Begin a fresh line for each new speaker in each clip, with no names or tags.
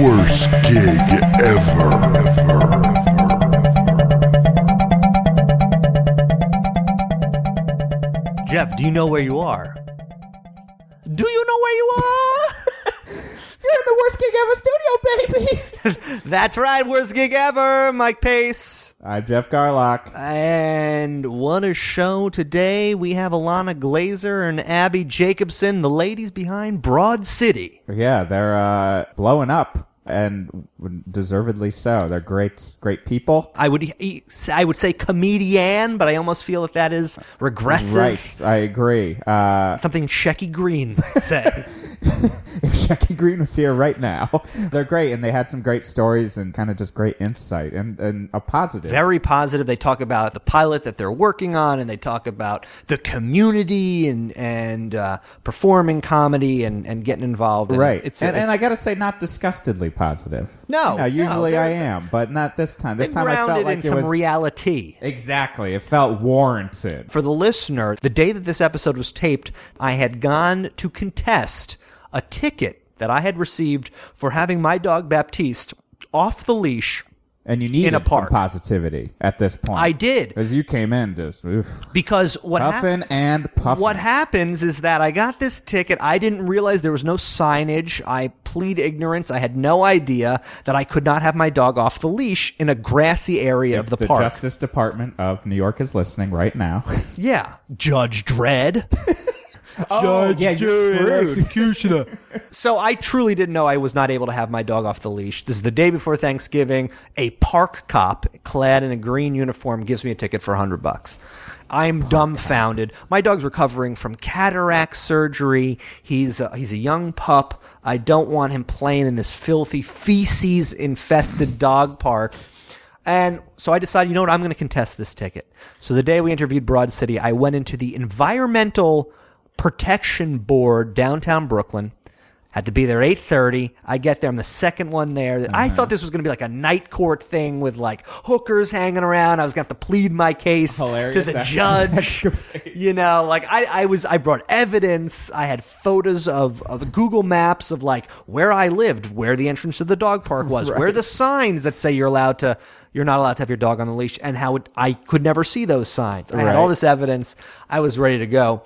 Worst gig ever.
Jeff, do you know where you are? Do you know where you
You're in the worst gig ever studio, baby.
are? That's right, worst gig ever, Mike Pace.
I'm Uh, Jeff Garlock.
And what a show today. We have Alana Glazer and Abby Jacobson, the ladies behind Broad City.
Yeah, they're uh, blowing up, and deservedly so. They're great, great people.
I would e, I would say comedian, but I almost feel that that is regressive.
Right, I agree. Uh,
Something Shecky Green might say.
if Jackie Green was here right now, they're great, and they had some great stories and kind of just great insight and, and a positive.
very positive. They talk about the pilot that they're working on, and they talk about the community and and uh, performing comedy and, and getting involved. And
Right,
It's
and,
it's-
and I gotta say, not disgustedly positive.
No,
You know, usually
no,
I
they're-
am, but not this time. This
it's
time I
grounded
felt like
in
it
some
was
reality.
exactly. It felt warranted.
For the listener, the day that this episode was taped, I had gone to contest a ticket that I had received for having my dog Baptiste off the leash
And you needed
a park.
some positivity at this point.
I did.
As you came in, just oof,
because what happened?
puffing and puffing.
What happens is that I got this ticket. I didn't realize there was no signage. I plead ignorance. I had no idea that I could not have my dog off the leash in a grassy area of the,
the
park.
Justice Department of New York is listening right now.
yeah. Judge Dredd. Oh,
Judge, yeah, you're screwed.
so I truly didn't know I was not able to have my dog off the leash. This is the day before Thanksgiving. A park cop clad in a green uniform gives me a ticket for 100 bucks. I'm dumbfounded. My dog's recovering from cataract surgery. He's a, he's a young pup. I don't want him playing in this filthy feces infested dog park. And so I decided, you know what, I'm going to contest this ticket. So the day we interviewed Broad City, I went into the Environmental Protection Board downtown Brooklyn. Had to be there at 8:30. I get there. I'm the second one there. I thought this was going to be like a night court thing with like hookers hanging around. I was going to have to plead my case
Hilarious
to the
ex-
judge.
escapade.
You know, like I, I was I brought evidence. I had photos of, of Google Maps of like where I lived, where the entrance to the dog park was, where the signs that say you're allowed to you're not allowed to have your dog on the leash and how it, I could never see those signs. I had all
Right.
this evidence. I was ready to go.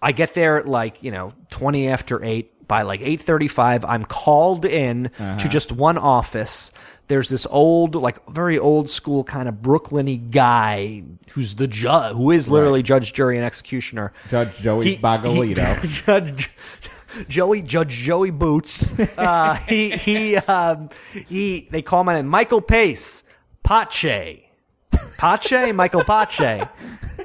I get there at like, you know, 20 after 8 by like 8:35 I'm called in to just one office. There's this old like very old school kind of Brooklyny guy who's the judge who is literally judge jury and executioner.
Judge Joey Bagolito.
he- Judge Joey Judge Joey Boots. Uh, he he um, he they call my name Michael Pace Pache. Pache, Michael Pache.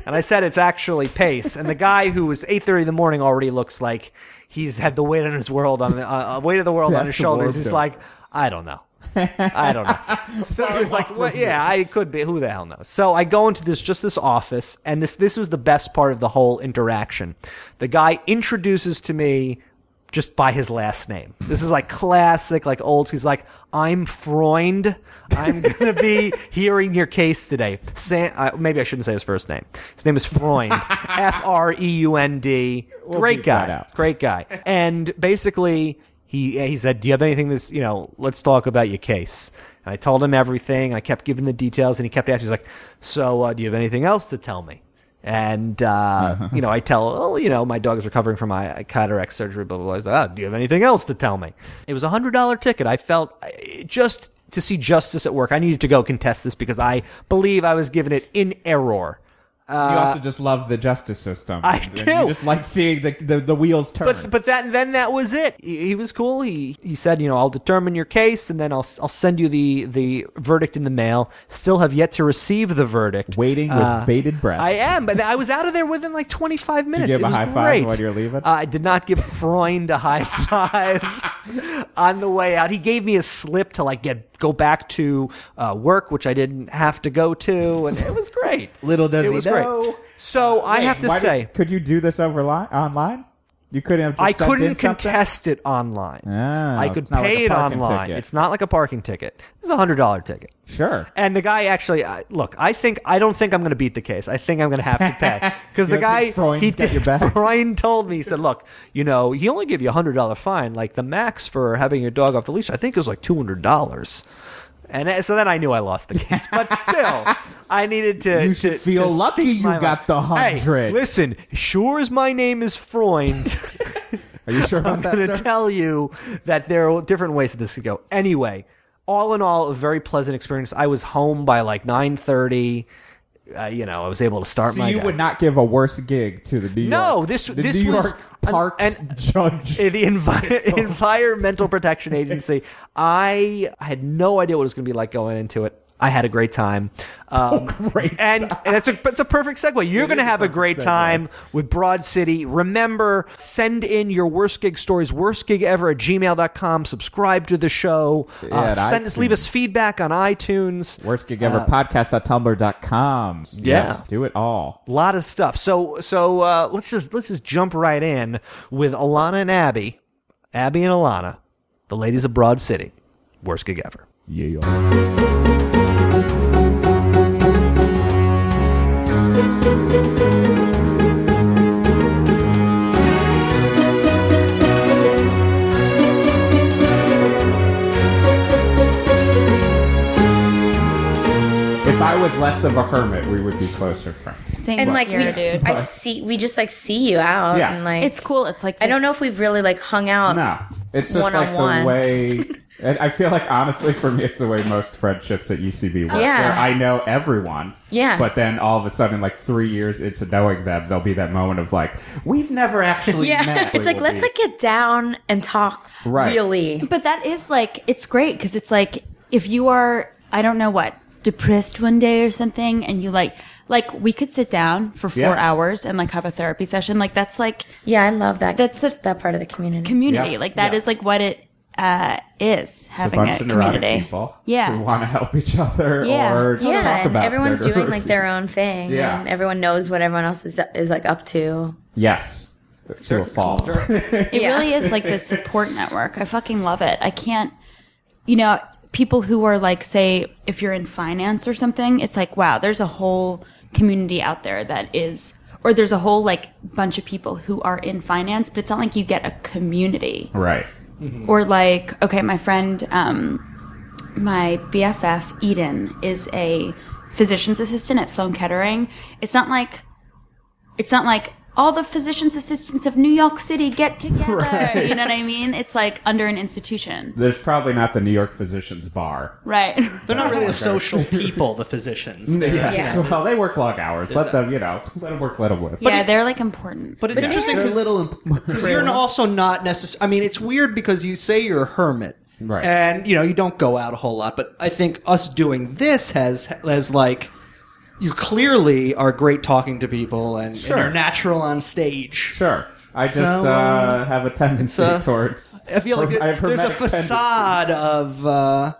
And I said it's actually Pace. And the guy who was 8:30 in the morning already looks like he's had the weight on his world on uh, uh, weight of the world on his
That's the
shoulders.
world
He's
joke.
like, I don't know. I don't know. So he was like, "What? Yeah, I could be. Who the hell knows?" So I go into this, just this office, and this this was the best part of the whole interaction. The guy introduces to me just by his last name. This is like classic, like old. He's like, "I'm Freund. I'm gonna be hearing your case today." Sam, uh, maybe I shouldn't say his first name. His name is Freund. F R E U N D. Great
beep that
guy
out.
great guy. And basically, he he said, "Do you have anything that's you know? Let's talk about your case." And I told him everything. And I kept giving the details, and he kept asking. He's like, "So, uh, do you have anything else to tell me?" And uh, you know, I tell, "Oh, you know, my dog is recovering from my cataract surgery." Blah blah blah. He's like, "Oh, do you have anything else to tell me?" It was a hundred dollar ticket. I felt I- just to see justice at work. I needed to go contest this because I believe I was given it in error.
you also just love the justice system.
uh, I
And
do.
You just like seeing the, the, the wheels turn.
But but that then that was it. He, he was cool. He he said, you know, I'll determine your case and then I'll I'll send you the the verdict in the mail. Still have yet to receive the verdict. Uh,
Waiting with bated breath.
I am, but I was out of there within like 25 minutes.
give
it
a
was
high
great. Uh,
five when you were leaving?
I did not give Freund a high five on the way out. He gave me a slip to like get go back to uh, work, which I didn't have to go to, and it was great.
Little does
it
he
was
know.
Great. So I
Wait,
have to
why did-
say.
could you do this over li- online? You couldn't have. Just
I
sent in
couldn't
something?
contest it online.
Oh,
I could
it's not like
pay
a
it
parking
online.
ticket.
It's not like a parking ticket. It's a hundred dollar ticket.
Sure.
And the guy actually, I, look, I think I don't think I'm going to beat the case. I think I'm going to have to pay because
You
the
don't
guy
think Freund's
he
got your back?
Freund told me he said, look, you know, he only give you a hundred dollar fine. Like the max for having your dog off the leash, I think it was like two hundred dollars. And uh, so then I knew I lost the case, but still, I needed to. to-
You should feel
to
lucky
speak
you
my
got the
mind. Hey,
hundred.
listen, sure as my name is Freund.
Are you sure about
I'm
that?
going to
sir?
tell you that there are different ways that this could go. Anyway, all in all, a very pleasant experience. I was home by like nine thirty. Uh, you know, I was able to start
so
my.
you
day.
would not give a worse gig to the New York.
No, this-
the
this
New
was
York
an-
Parks
an-
judge.
Uh, the envi- Environmental Protection Agency. I had no idea what it was going to be like going into it. I had a great time. Um,
Oh, great
And, and it's, a, it's a perfect segue. You're going to
is a
have a
perfect
great
segue.
time with Broad City. Remember, send in your worst gig stories, worstgigever at gmail.com. Subscribe to the show.
Yeah,
Uh,
at
send us, leave
iTunes.
us feedback on iTunes. Uh,
Worst gig ever podcast at tumblr.com. Yes, do it all.
A lot of stuff. So so uh, let's just let's just jump right in with Alana and Abby, Abby and Alana, the ladies of Broad City, worst gig ever.
Yeah. If I was less of a hermit, we would be closer friends.
Same
and like
here,
we
dude.
just, I see we just like see you out
Yeah.
and like
it's cool. It's like
I don't
this-
know if we've really like hung out.
No, it's just like the
One-on-one.
way. And I feel like honestly, for me, it's the way most friendships at UCB work.
Yeah.
Where I know everyone.
Yeah.
But then all of a sudden, like three years into knowing them, there'll be that moment of like, we've never actually met.
It's like
Will
let's
be-
like get down and talk
Right.
really.
But that is like it's great because it's like if you are I don't know what depressed one day or something and you like like we could sit down for four
Yeah.
hours and like have a therapy session like that's like
Yeah, I love that.
That's
That's
a-
that part of the community.
community
Yeah.
like that is
Yeah.
like what it uh is
It's a
having
bunch of neurotic
community
people
Yeah.
who want to help each other
Yeah.
or
yeah,
talk
and
about
everyone's
their
doing like their
neuroses.
own thing.
Yeah.
and everyone knows what everyone else is is like up to.
Yes, to a fault.
It
Yeah.
really is like this support network. I fucking love it. I can't, you know, people who are like, say, if you're in finance or something, it's like, wow, there's a whole community out there that is, or there's a whole like bunch of people who are in finance, but it's not like you get a community.
right.
Or like, okay, my friend, um, my BFF, Eden, is a physician's assistant at Sloan Kettering. It's not like, it's not like all the physician's assistants of New York City get together. You know what I mean? It's like under an institution.
There's probably not the New York Physicians Bar.
Right.
They're not really a social people, the physicians. They're-
Yes.
Yeah.
Well, they work long hours. Let them, you know, let them work, let them live.
yeah, they're like important.
But it's interesting
They're a
because
little. imp-
you're also not necessarily. I mean, it's weird because you say you're a hermit,
Right.
And you know you don't go out a whole lot. But I think us doing this has has like you clearly are great talking to people and,
Sure.
and you're natural on stage.
Sure. I just
So, uh,
uh, have a tendency
uh,
towards.
I feel like
I have
there's a
hermetic
facade
tendencies.
of uh,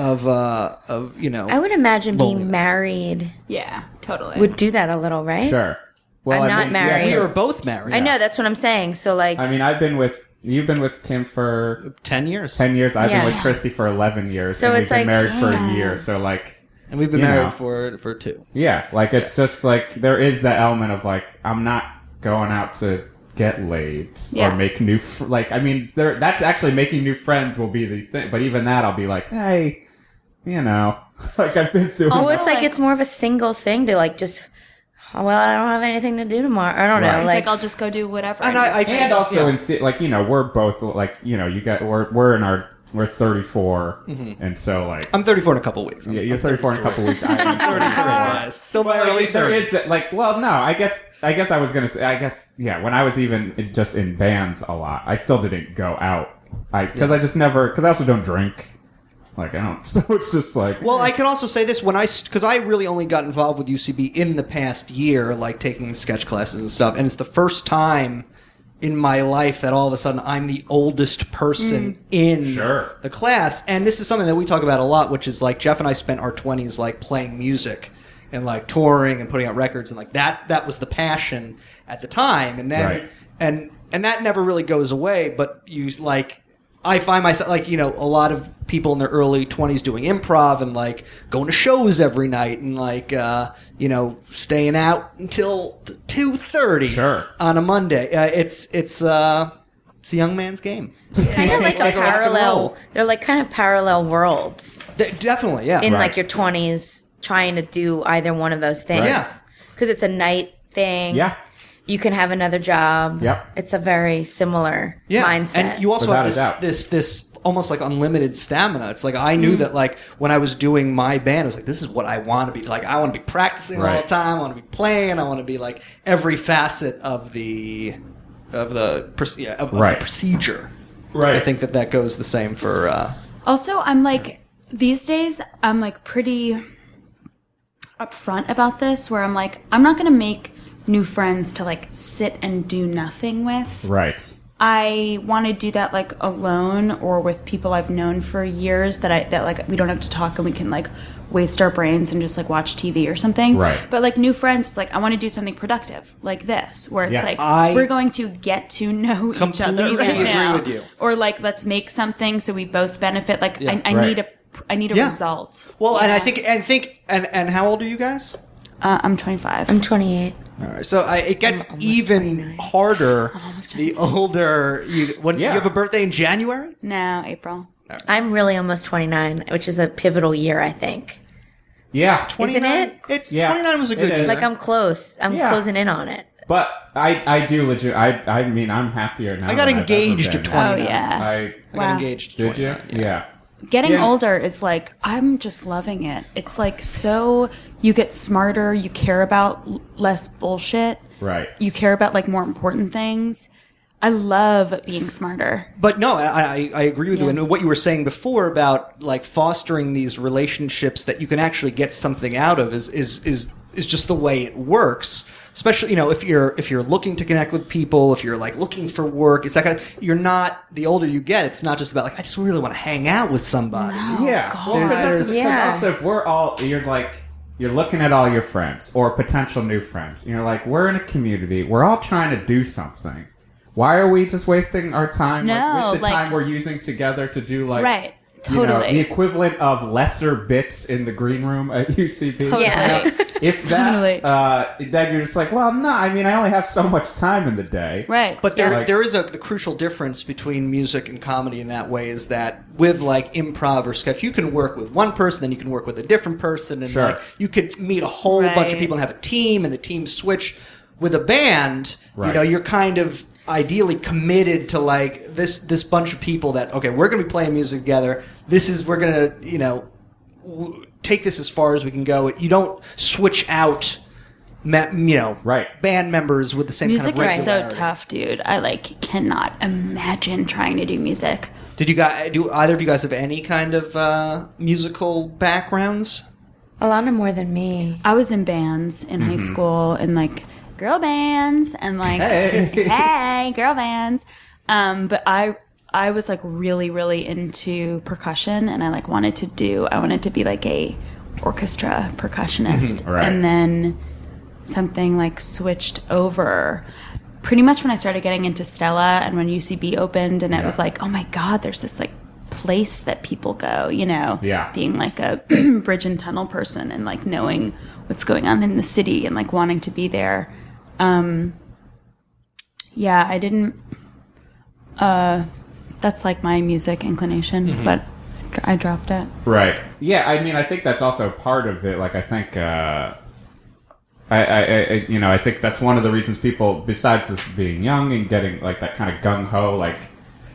of uh, of you know.
I would imagine being
Loneliness.
married
yeah, totally.
would do that a little, right?
Sure. Well,
I'm not married.
we
yeah,
were
'cause-
both married.
I know that's what I'm saying. So like,
I mean, I've been with you've been with Kim for
ten years,
ten years. I've
Yeah.
been with Christy for eleven years.
So
and
it's
we've been
like,
married for a
yeah.
year. So like,
and we've been
you
married
know.
for for two.
yeah, like it's just like there is that element of like I'm not going out to get laid
Yeah.
or make new fr- like I mean there that's actually making new friends will be the thing. But even that, I'll be like, hey, you know, like I've been through.
oh, it's like,
like-
it's more of a single thing to like just. oh, Well, I don't have anything to do tomorrow. I don't know.
Right.
It's like,
Like,
I'll just go do whatever.
And I, I
and
think
also
yeah.
in the, like you know we're both like you know you got we're, we're in our We're 34, and so like
Mm-hmm. I'm 34 in a couple weeks. I'm
yeah, you're 34 in a couple weeks. I'm 33.
surprised. Still my
Well, like,
early
if there
30s.
is like, well, no, I guess, I guess I was gonna say, I guess, yeah. When I was even in- just in bands a lot, I still didn't go out, I because I just never, because I also don't drink, like I don't. So it's just like,
Well, I can also say this when I because I really only got involved with UCB in the past year, like taking sketch classes and stuff, and it's the first time in my life that all of a sudden I'm the oldest person
Mm.
in
Sure.
the class, and this is something that we talk about a lot, which is like Jeff and I spent our twenties like playing music and like touring and putting out records and like that that was the passion at the time, and then
Right.
and and that never really goes away, but you like I find myself like you know a lot of people in their early 20s doing improv and like going to shows every night and like uh, you know staying out until 2:30
Sure.
on a Monday. Uh, it's it's uh it's a young man's game.
kind of like a
Like rock and roll.
parallel. They're like kind of parallel worlds
Th- definitely, yeah.
in
Right.
like your twenties, trying to do either one of those things.
Right.
Yeah.
because it's a night thing.
yeah,
you can have another job.
Yep.
it's a very similar mindset.
And you also
Without a
have
doubt.
this, this this almost like unlimited stamina. It's like I knew that like when I was doing my band, I was like, this is what I want to be. Like I want to be practicing all
Right.
the time. I want to be playing. I want to be like every facet of the of the proc- yeah, of, of
Right.
the procedure.
Right.
I think that that goes the same for. Uh,
Also, I'm like these days I'm like pretty upfront about this where I'm like I'm not going to make new friends to like sit and do nothing with.
right,
I want to do that like alone or with people I've known for years that I that like we don't have to talk and we can like waste our brains and just like watch TV or something.
Right.
But like new friends, it's like I want to do something productive like this, where it's
Yeah,
like
I
we're going to get to know each other.
Completely
right
agree
now.
with you.
Or like let's make something so we both benefit. Like
Yeah,
I, I
right.
need a I need a
Yeah.
result.
well, and I
Yeah.
think and think and and how old are you guys?
uh, I'm 25.
I'm 28.
All right, So I, it gets even
29.
harder
almost
the
26.
older you. When
Yeah.
you have a birthday in January,
now April.
I'm really almost 29, which is a pivotal year, I think.
yeah,
Isn't
29
it?
It's
Yeah.
twenty nine was a
It
good
is.
year.
Like I'm close. I'm
Yeah.
closing in on it.
But I, I do legit. I, I mean, I'm happier now.
I got
than I've
engaged
ever
at
been.
20.
Oh
Yeah.
yeah.
I
I got
Wow.
engaged. at
did you?
29,
Yeah.
Getting
Yeah.
older is like I'm just loving it. It's like so you get smarter, you care about l- less bullshit,
right.
you care about like more important things. I love being smarter.
But no, I, I, I agree with you. And what you were saying before about like fostering these relationships that you can actually get something out of is is is is just the way it works. Especially, you know, if you're if you're looking to connect with people, if you're like looking for work, it's that kind of, you're not the older you get. It's not just about like I just really want to hang out with somebody.
yeah. Well, 'cause that's- 'cause
Yeah.
also, if we're all, you're like, you're looking at all your friends or potential new friends, and you're like, we're in a community. We're all trying to do something. Why are we just wasting our time like,
No,
with the
like-
time we're using together to do like
Right.
you know,
Totally.
the equivalent of lesser bits in the green room at UCB.
Yeah.
You know, if that,
Totally.
uh, then you're just like, well, no, I mean, I only have so much time in the day.
Right.
But there,
Yeah.
there is a the crucial difference between music and comedy in that way is that with like improv or sketch, you can work with one person, then you can work with a different person, and
Sure.
like you could meet a whole bunch of
Right.
people and have a team, and the team switch. With a band, you
Right.
know, you're kind of ideally committed to like this this bunch of people that okay, we're going to be playing music together. This is we're going to you know w- take this as far as we can go. You don't switch out. Me- you know,
Right.
Band members with the same
music
kind of
is so
regularity.
tough, dude. I like cannot imagine trying to do music.
Did you guys do either of you guys have any kind of uh, musical backgrounds?
Alana more than me.
I was in bands in high school and like girl bands and like hey, girl bands. Um, but I I was like really really into percussion and I like wanted to do I wanted to be like a orchestra percussionist
Mhm, right.
and then something like switched over pretty much when I started getting into Stella and when UCB opened and it was like oh my god there's this like place that people go you know
Yeah.
being like a bridge and tunnel person and like knowing what's going on in the city and like wanting to be there um yeah i didn't uh that's like my music inclination but i dropped it
Right. Yeah, I mean, I think that's also part of it. Like, I think, uh, I, I, I, you know, I think that's one of the reasons people, besides this being young and getting like that kind of gung ho, like,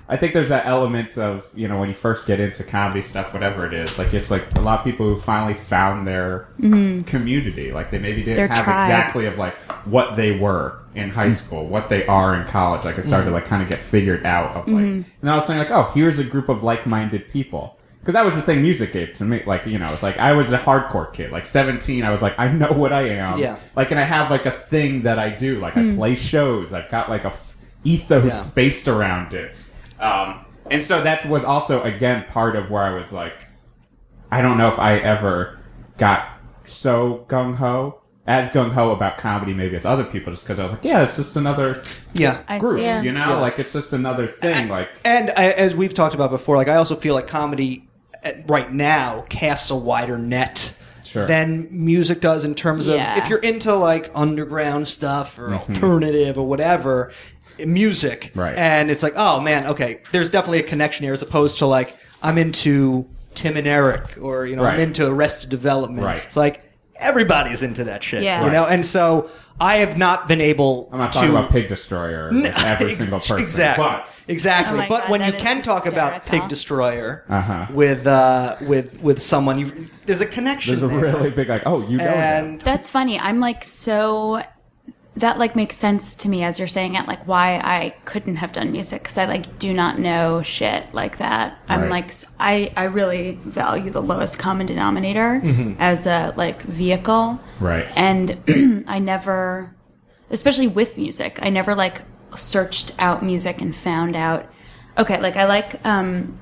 I think there's that element of you know when you first get into comedy stuff, whatever it is, like it's like a lot of people who finally found their community, like they maybe didn't
Mm-hmm. Their
have
tribe.
exactly of like what they were in high
Mm-hmm.
school, what they are in college. Like it started to like kind of get figured out of like, and
Mm-hmm.
then I was saying like, oh, here's a group of like-minded people. Because that was the thing music gave to me. Like, you know, it's like I was a hardcore kid. Like, 17, I was like, I know what I am.
Yeah. Mm.
Like, and I have like a thing that I do. Like, I play shows. I've got like a f- ethos
Yeah.
based around it. Um, and so that was also, again, part of where I was like, I don't know if I ever got so gung ho, as gung ho about comedy maybe as other people, just because I was like, yeah, it's just another
Yeah.
I
group.
see.
Yeah.
You know, like, it's just another thing. Like,
And I, as we've talked about before, like I also feel like comedy at, right now casts a wider net
Sure.
than music does in terms of
Yeah.
if you're into like underground stuff or alternative or whatever music,
Mm-hmm. Right.
And it's like, oh man, okay, there's definitely a connection here as opposed to like I'm into Tim and Eric or you know I'm
Right.
into Arrested Development.
Right.
It's like everybody's into that shit,
Yeah.
you know. And so I have not been able.
I'm not talking
to,
about Pig Destroyer with every
Ex-
single person.
Exactly.
But,
Exactly.
Oh my
but
God,
when
that
you
is
can talk about
hysterical.
Pig Destroyer
Uh-huh.
with uh, with with someone, you, there's a connection.
There's a
there.
really big like, oh, you know him.
and
That's funny. I'm like so that like makes sense to me as you're saying it like why I couldn't have done music cuz I like do not know shit like that. I'm
Right.
like s- I I really value the lowest common denominator as a like vehicle.
Right.
And I never especially with music. I never like searched out music and found out okay, like I like um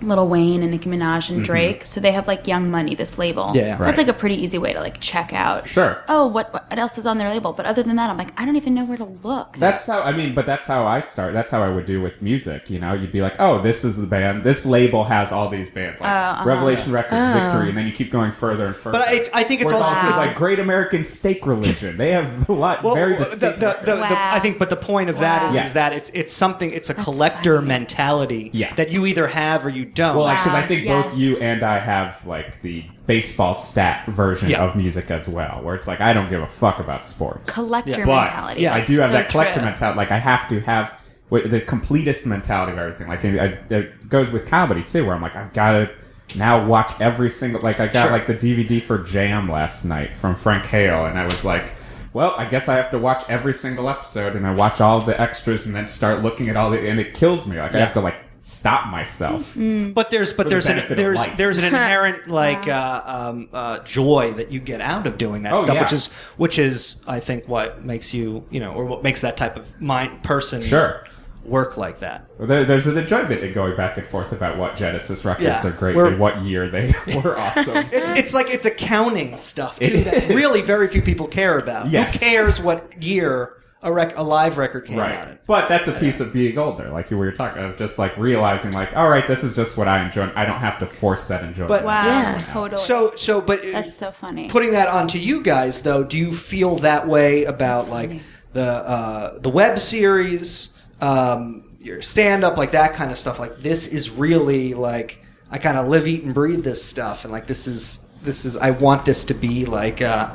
Little Wayne and Nicki Minaj and Drake, so they have like Young Money, this label.
Mm-hmm. Yeah.
that's
Right.
like a pretty easy way to like check out.
Sure.
Oh, what what else is on their label? But other than that, I'm like, I don't even know where to look.
That's how I mean, but that's how I start. That's how I would do with music. You know, you'd be like, "Oh, this is the band. This label has all these bands,
Oh,
like
uh-huh.
Revelation Records, Victory," and then you keep going further and further.
But I- I think it's
Whereas
also-
it's like Great American Steak Religion. they have a lot
well,
very
the,
distinct.
the, the,
records.
the-
Wow.
I think, but the point of that
Wow.
is,
Yes.
is that it's it's something. It's a collector
funny.
mentality
Yeah.
that you either have or you don't.
well, because I
Wow,
think both
yes.
you and I have like the baseball stat version
Yeah.
of music as well, where it's like I don't give a fuck about sports.
Collector
Yeah.
but
mentality.
yeah,
I
It's
do have
so
that collector
true.
mentality. Like I have to have wi- the completest mentality of everything. Like it, I- it goes with comedy too, where I'm like, I've got to now watch every single. Like I got
Sure.
like the DVD for Jam last night from Frank Hale, and I was like. Well, I guess I have to watch every single episode, and I watch all the extras, and then start looking at all the, and it kills me. Like I
Yeah.
have to like stop myself.
Mm-hmm.
But there's but
the
there's an,
benefit of
there's
life.
there's an inherent like uh, um, uh, joy that you get out of doing that
Oh,
stuff,
yeah.
which is which is I think what makes you you know or what makes that type of mind person
Sure.
work like that.
Well, There, there's an enjoyment in going back and forth about what Genesis records
Yeah.
are great
We're-
and what year they were awesome.
It's it's like it's accounting stuff too
It
that
is.
really very few people care about.
Yes.
Who cares what year a rec- a live record came out in?
right. But that's a piece of being older, like you were talking of, just like realizing, like, all right, this is just what I enjoy. I don't have to force that enjoyment.
But-
Wow,
Yeah.
totally.
So so but
that's so funny.
putting that onto you guys though do you feel that way about like the uh, the web series um, your stand up like that kind of stuff like this is really like i kind of live eat and breathe this stuff and like this is this is i want this to be like uh,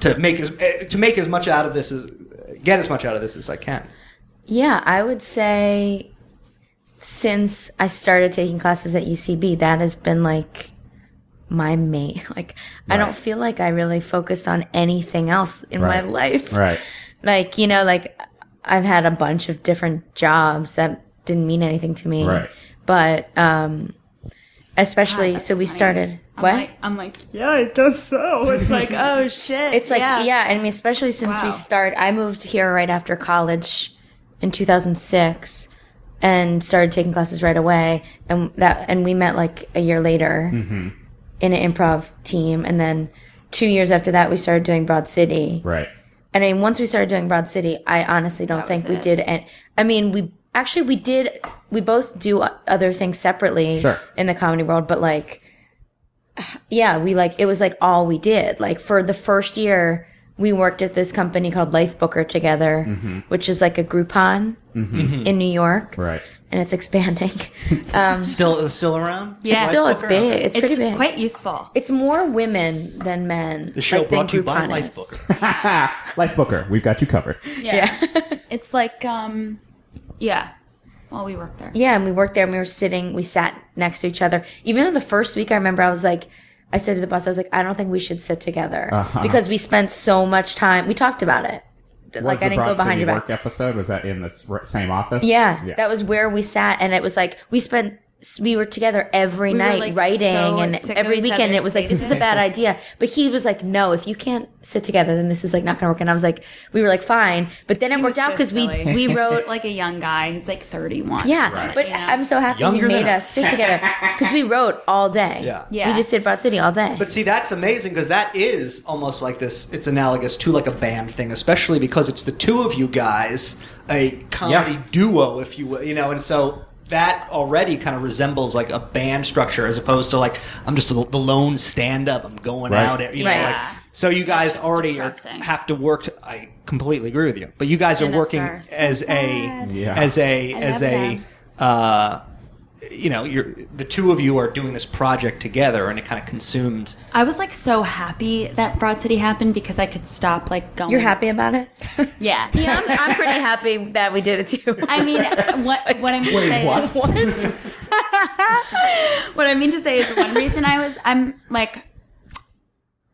to make as eh, to make as much out of this as get as much out of this as i can
Yeah, I would say since I started taking classes at UCB, that has been like my main. Like, I don't
Right.
feel like I really focused on anything else in
Right.
my life.
right.
Like, you know, like I've had a bunch of different jobs that didn't mean anything to me.
Right.
But, um, especially,
Ah, That's
so we
funny.
started.
I'm
what?
Like, I'm like, yeah, it does so. It's like, oh shit.
It's like yeah, I mean, especially since
Wow.
we start. I moved here right after college in 2006 and started taking classes right away, and that and we met like a year later in an improv team, and then two years after that we started doing Broad City.
Right.
And I mean, once we started doing Broad City, I honestly don't think
was
we
it.
did. And I mean, we actually we did. We both do o- other things separately
Sure.
in the comedy world, but like, yeah, we like it was like all we did. Like for the first year, we worked at this company called Life Booker together, which is like a Groupon
Mm-hmm.
in New York,
Mm-hmm. Right.
and it's expanding.
still still around
Yeah.
It's still, it's big. It's,
it's
pretty big.
quite useful.
it's more women than men.
the show
like, than
brought to you by
Groupon
life
is.
booker
Life Booker, we've got you covered.
Yeah. it's like um yeah. while we worked there.
Yeah, and we worked there and we were sitting, we sat next to each other. Even though the first week I remember I was like, I said to the boss, I was like, I don't think we should sit together
Uh-huh.
because we spent so much time. We talked about it.
Was
Like,
the
I didn't
Broad
go behind
City
your back.
work episode? Was that in this r- same office?
Yeah, that was where we sat, and it was like we spent we were together every
were,
night
like,
writing,
so
and
sick of
every
each
weekend
other's
it was like this is a
faces.
bad idea. But he was like, no, if you can't sit together, then this is like not gonna work. And I was like, we were like, fine, but then it worked
was
out
so
because we
silly.
we wrote.
Like a young guy, he's like 31.
Yeah,
Right.
but
Yeah.
I'm so happy
Younger
he made
than
us sit together because we wrote all day.
Yeah.
Yeah.
we just did Broad City all day.
But see, that's amazing because that is almost like this. It's analogous to like a band thing, especially because it's the two of you guys, a comedy
Yeah.
duo, if you will, you know, and so that already kind of resembles like a band structure as opposed to like I'm just the the lone stand up. I'm going
Right.
out, you know,
Right.
like. So you guys
just
already are,
depressing.
have to work. To, I completely agree with you, but you guys are
Stand-ups
working
are so
as a
sad.
Yeah.
as a
I
as
love
a
them.
uh, you know you're the two of you are doing this project together, and it kind of consumed
I was like so happy that Broad City happened because I could stop like going.
You're happy about it?
Yeah.
yeah, I'm, I'm pretty happy that we did it too.
I mean, what what I'm gonna say
what?
is what I mean to say is one reason I was I'm like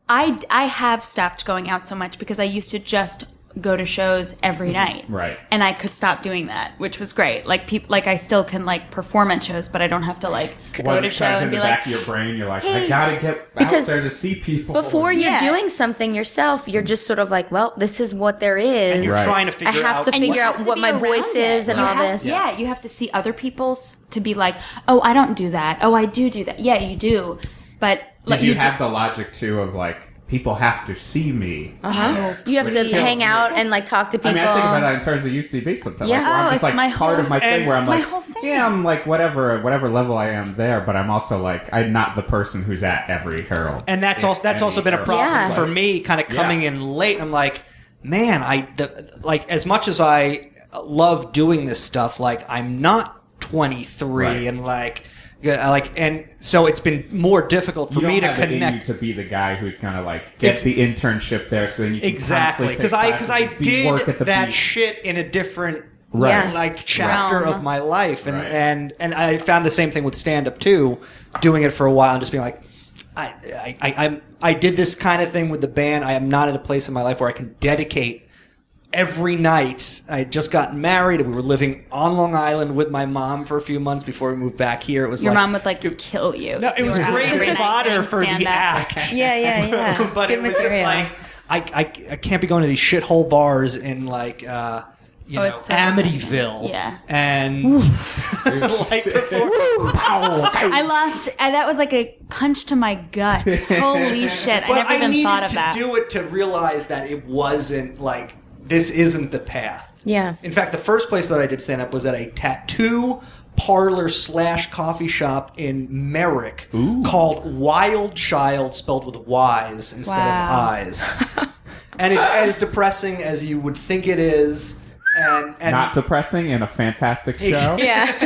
I I have stopped going out so much because I used to just go to shows every night.
Mm-hmm. Right.
And I could stop doing that, which was great. Like people like I still can like perform at shows, but I don't have to like
Was
go to
it
show
because in
and
the
be
back
like
of your brain, you're like, I
"Hey,"
gotta get out
because
there to see people
before you're
Yeah.
doing something yourself, you're just sort of like, well, this is what there is.
You're
Right.
trying to
I
figure
have
out.
to
And you
figure
have
out
to
what
be
my
around
voice
it.
is and
You
all
have-
this.
Yeah, you have to see other people's to be like, oh, I don't do that. Oh, I do do that. Yeah, you do. But like
Did you have the logic too of like people have to see me?
Uh-huh. Huh? You have
Which
to
kills
hang
me.
out and like talk to people.
I mean, I think about that in terms of UCB sometimes.
Yeah.
like, where I'm
Oh,
just
it's
like
my
part
whole-
of my thing
and
where I'm
my
like,
whole thing.
yeah, I'm like whatever, whatever level I am there, but I'm also like, I'm not the person who's at every Herald.
and that's
If
also that's
any
also been a
Herald.
problem
Yeah.
for me, kind of coming in late. I'm like, man, I the, like as much as I love doing this stuff, like I'm not 23
Right.
and like yeah, like and so it's been more difficult for
You
me to
don't have it in you
connect.
to be the guy who's gonna like get
It's-
the internship there, so then you can
Exactly, because
because
I because I did
work at the
that
beach.
shit in a different
Right.
Yeah.
like chapter
Realm.
of my life, and
Right.
and and I found the same thing with stand up too, doing it for a while and just being like, I I I I'm, I did this kind of thing with the band. I am not at a place in my life where I can dedicate every night. I had just gotten married, and we were living on Long Island with my mom for a few months before we moved back here. It was
your
like,
mom would like kill you.
no, it was great fodder for the act.
yeah, yeah, yeah. It's
but
good
it was just
material.
like I, I, I can't be going to these shithole bars in like uh, you
Oh,
know
it's so
Amityville,
depressing. Yeah.
and like perform.
I lost, and that was like a punch to my gut. Holy shit! I
But
never
I
even
needed
thought of
to
that.
do it to realize that it wasn't like this isn't the path.
Yeah.
In fact, the first place that I did stand up was at a tattoo parlor slash coffee shop in Merrick called Wild Child, spelled with Y's instead
Wow.
of I's. and it's as depressing as you would think it is. And, and
Not depressing in a fantastic show.
yeah.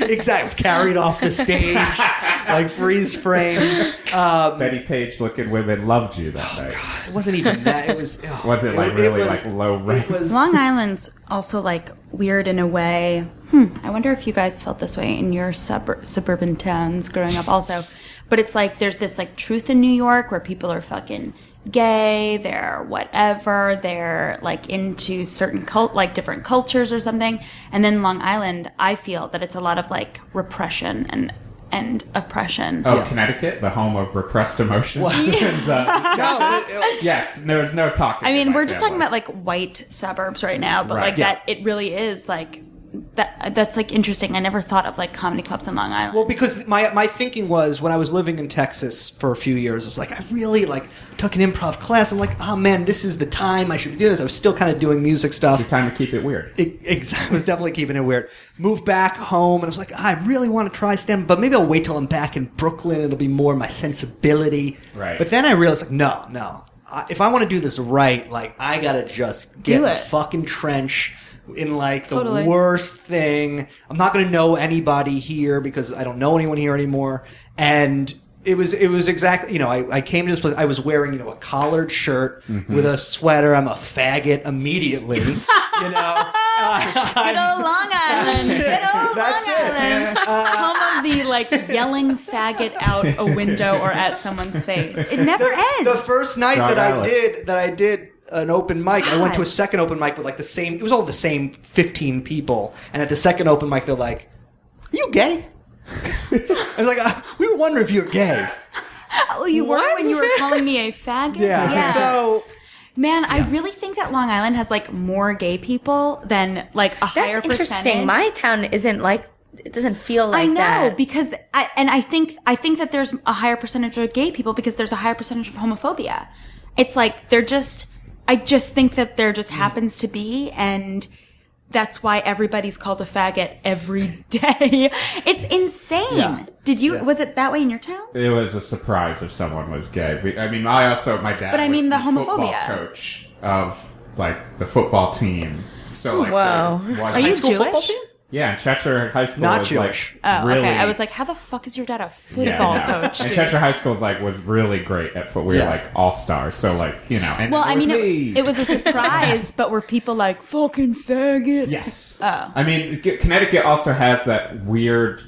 exactly, it was carried off the stage like freeze frame.
Betty Page looking women loved you that
Oh,
night.
It wasn't even that. It was. oh,
Was it like really
was-
like low
It
rank?
was.
Long Island's also like weird in a way. Hmm, I wonder if you guys felt this way in your sub- suburban towns growing up, also. But it's like there's this like truth in New York where people are fucking gay, they're whatever, they're like into certain cult, like different cultures or something. And then Long Island, I feel that it's a lot of like repression and and oppression.
Oh, Connecticut, the home of repressed emotions. and, uh,
No, it- it-
yes, there's no talking.
I
in
mean,
my
we're just talking
family.
about like white suburbs right now, but
Right.
like
Yeah.
that, it really is like that. That's like interesting. I never thought of like comedy clubs in Long Island.
Well, because my my thinking was when I was living in Texas for a few years, it's like I really like took an improv class. I'm like, oh man, this is the time I should be doing this. I was still kind of doing music stuff.
Your time to keep it weird.
It, ex- I was definitely keeping it weird. Moved back home, and I was like, I really want to try STEM, but maybe I'll wait till I'm back in Brooklyn. It'll be more my sensibility.
Right.
But then I realized, like, no, no. I, if I want to do this right, like, I gotta just get
Do
in the
it.
fucking trench in like the
Totally.
worst thing. I'm not gonna know anybody here because I don't know anyone here anymore. And it was it was exactly you know I, I came to this place I was wearing you know a collared shirt with a sweater I'm a faggot immediately you know
Good old Long Island. Good old
That's
Long
it.
Island. Home of the like yelling faggot out a window or at someone's face. It never ends.
the first night
John
that I
Alec.
did that I did an open mic, I went to a
God.
second open mic with like the same. It was all the same fifteen people, and at the second open mic, they're like, "Are you gay?" I was like, uh, "We were wondering if you're gay."
oh, you were
What?
when you were calling me a faggot.
Yeah. So
Man, I really think that Long Island has like more gay people than like a higher
That's interesting.
percentage.
My town isn't like it doesn't feel like
I know
that.
because I and I think I think that there's a higher percentage of gay people because there's a higher percentage of homophobia. It's like they're just I just think that there just happens to be and that's why everybody's called a faggot every day. it's insane.
Yeah.
Did you
Yeah.
was it that way in your town?
It was a surprise if someone was gay. We, I mean, I also my dad.
But I
was
mean, the
football
homophobia.
coach of like the football team. So like,
Whoa.
there was-
Are you
school
Jewish?
football team?
yeah, and Cheshire High School
Not
was
Jewish.
Oh,
like really.
okay. I was like, how the fuck is your dad a
yeah,
football
no.
coach?
And
dude?
Cheshire High School like was really great at foot. We were
Yeah.
like all stars. So like you know. And
Well,
it
I
was
mean,
me.
it, it was a surprise, but were people like fucking faggot?
Yes.
Oh.
I mean, G- Connecticut also has that weird.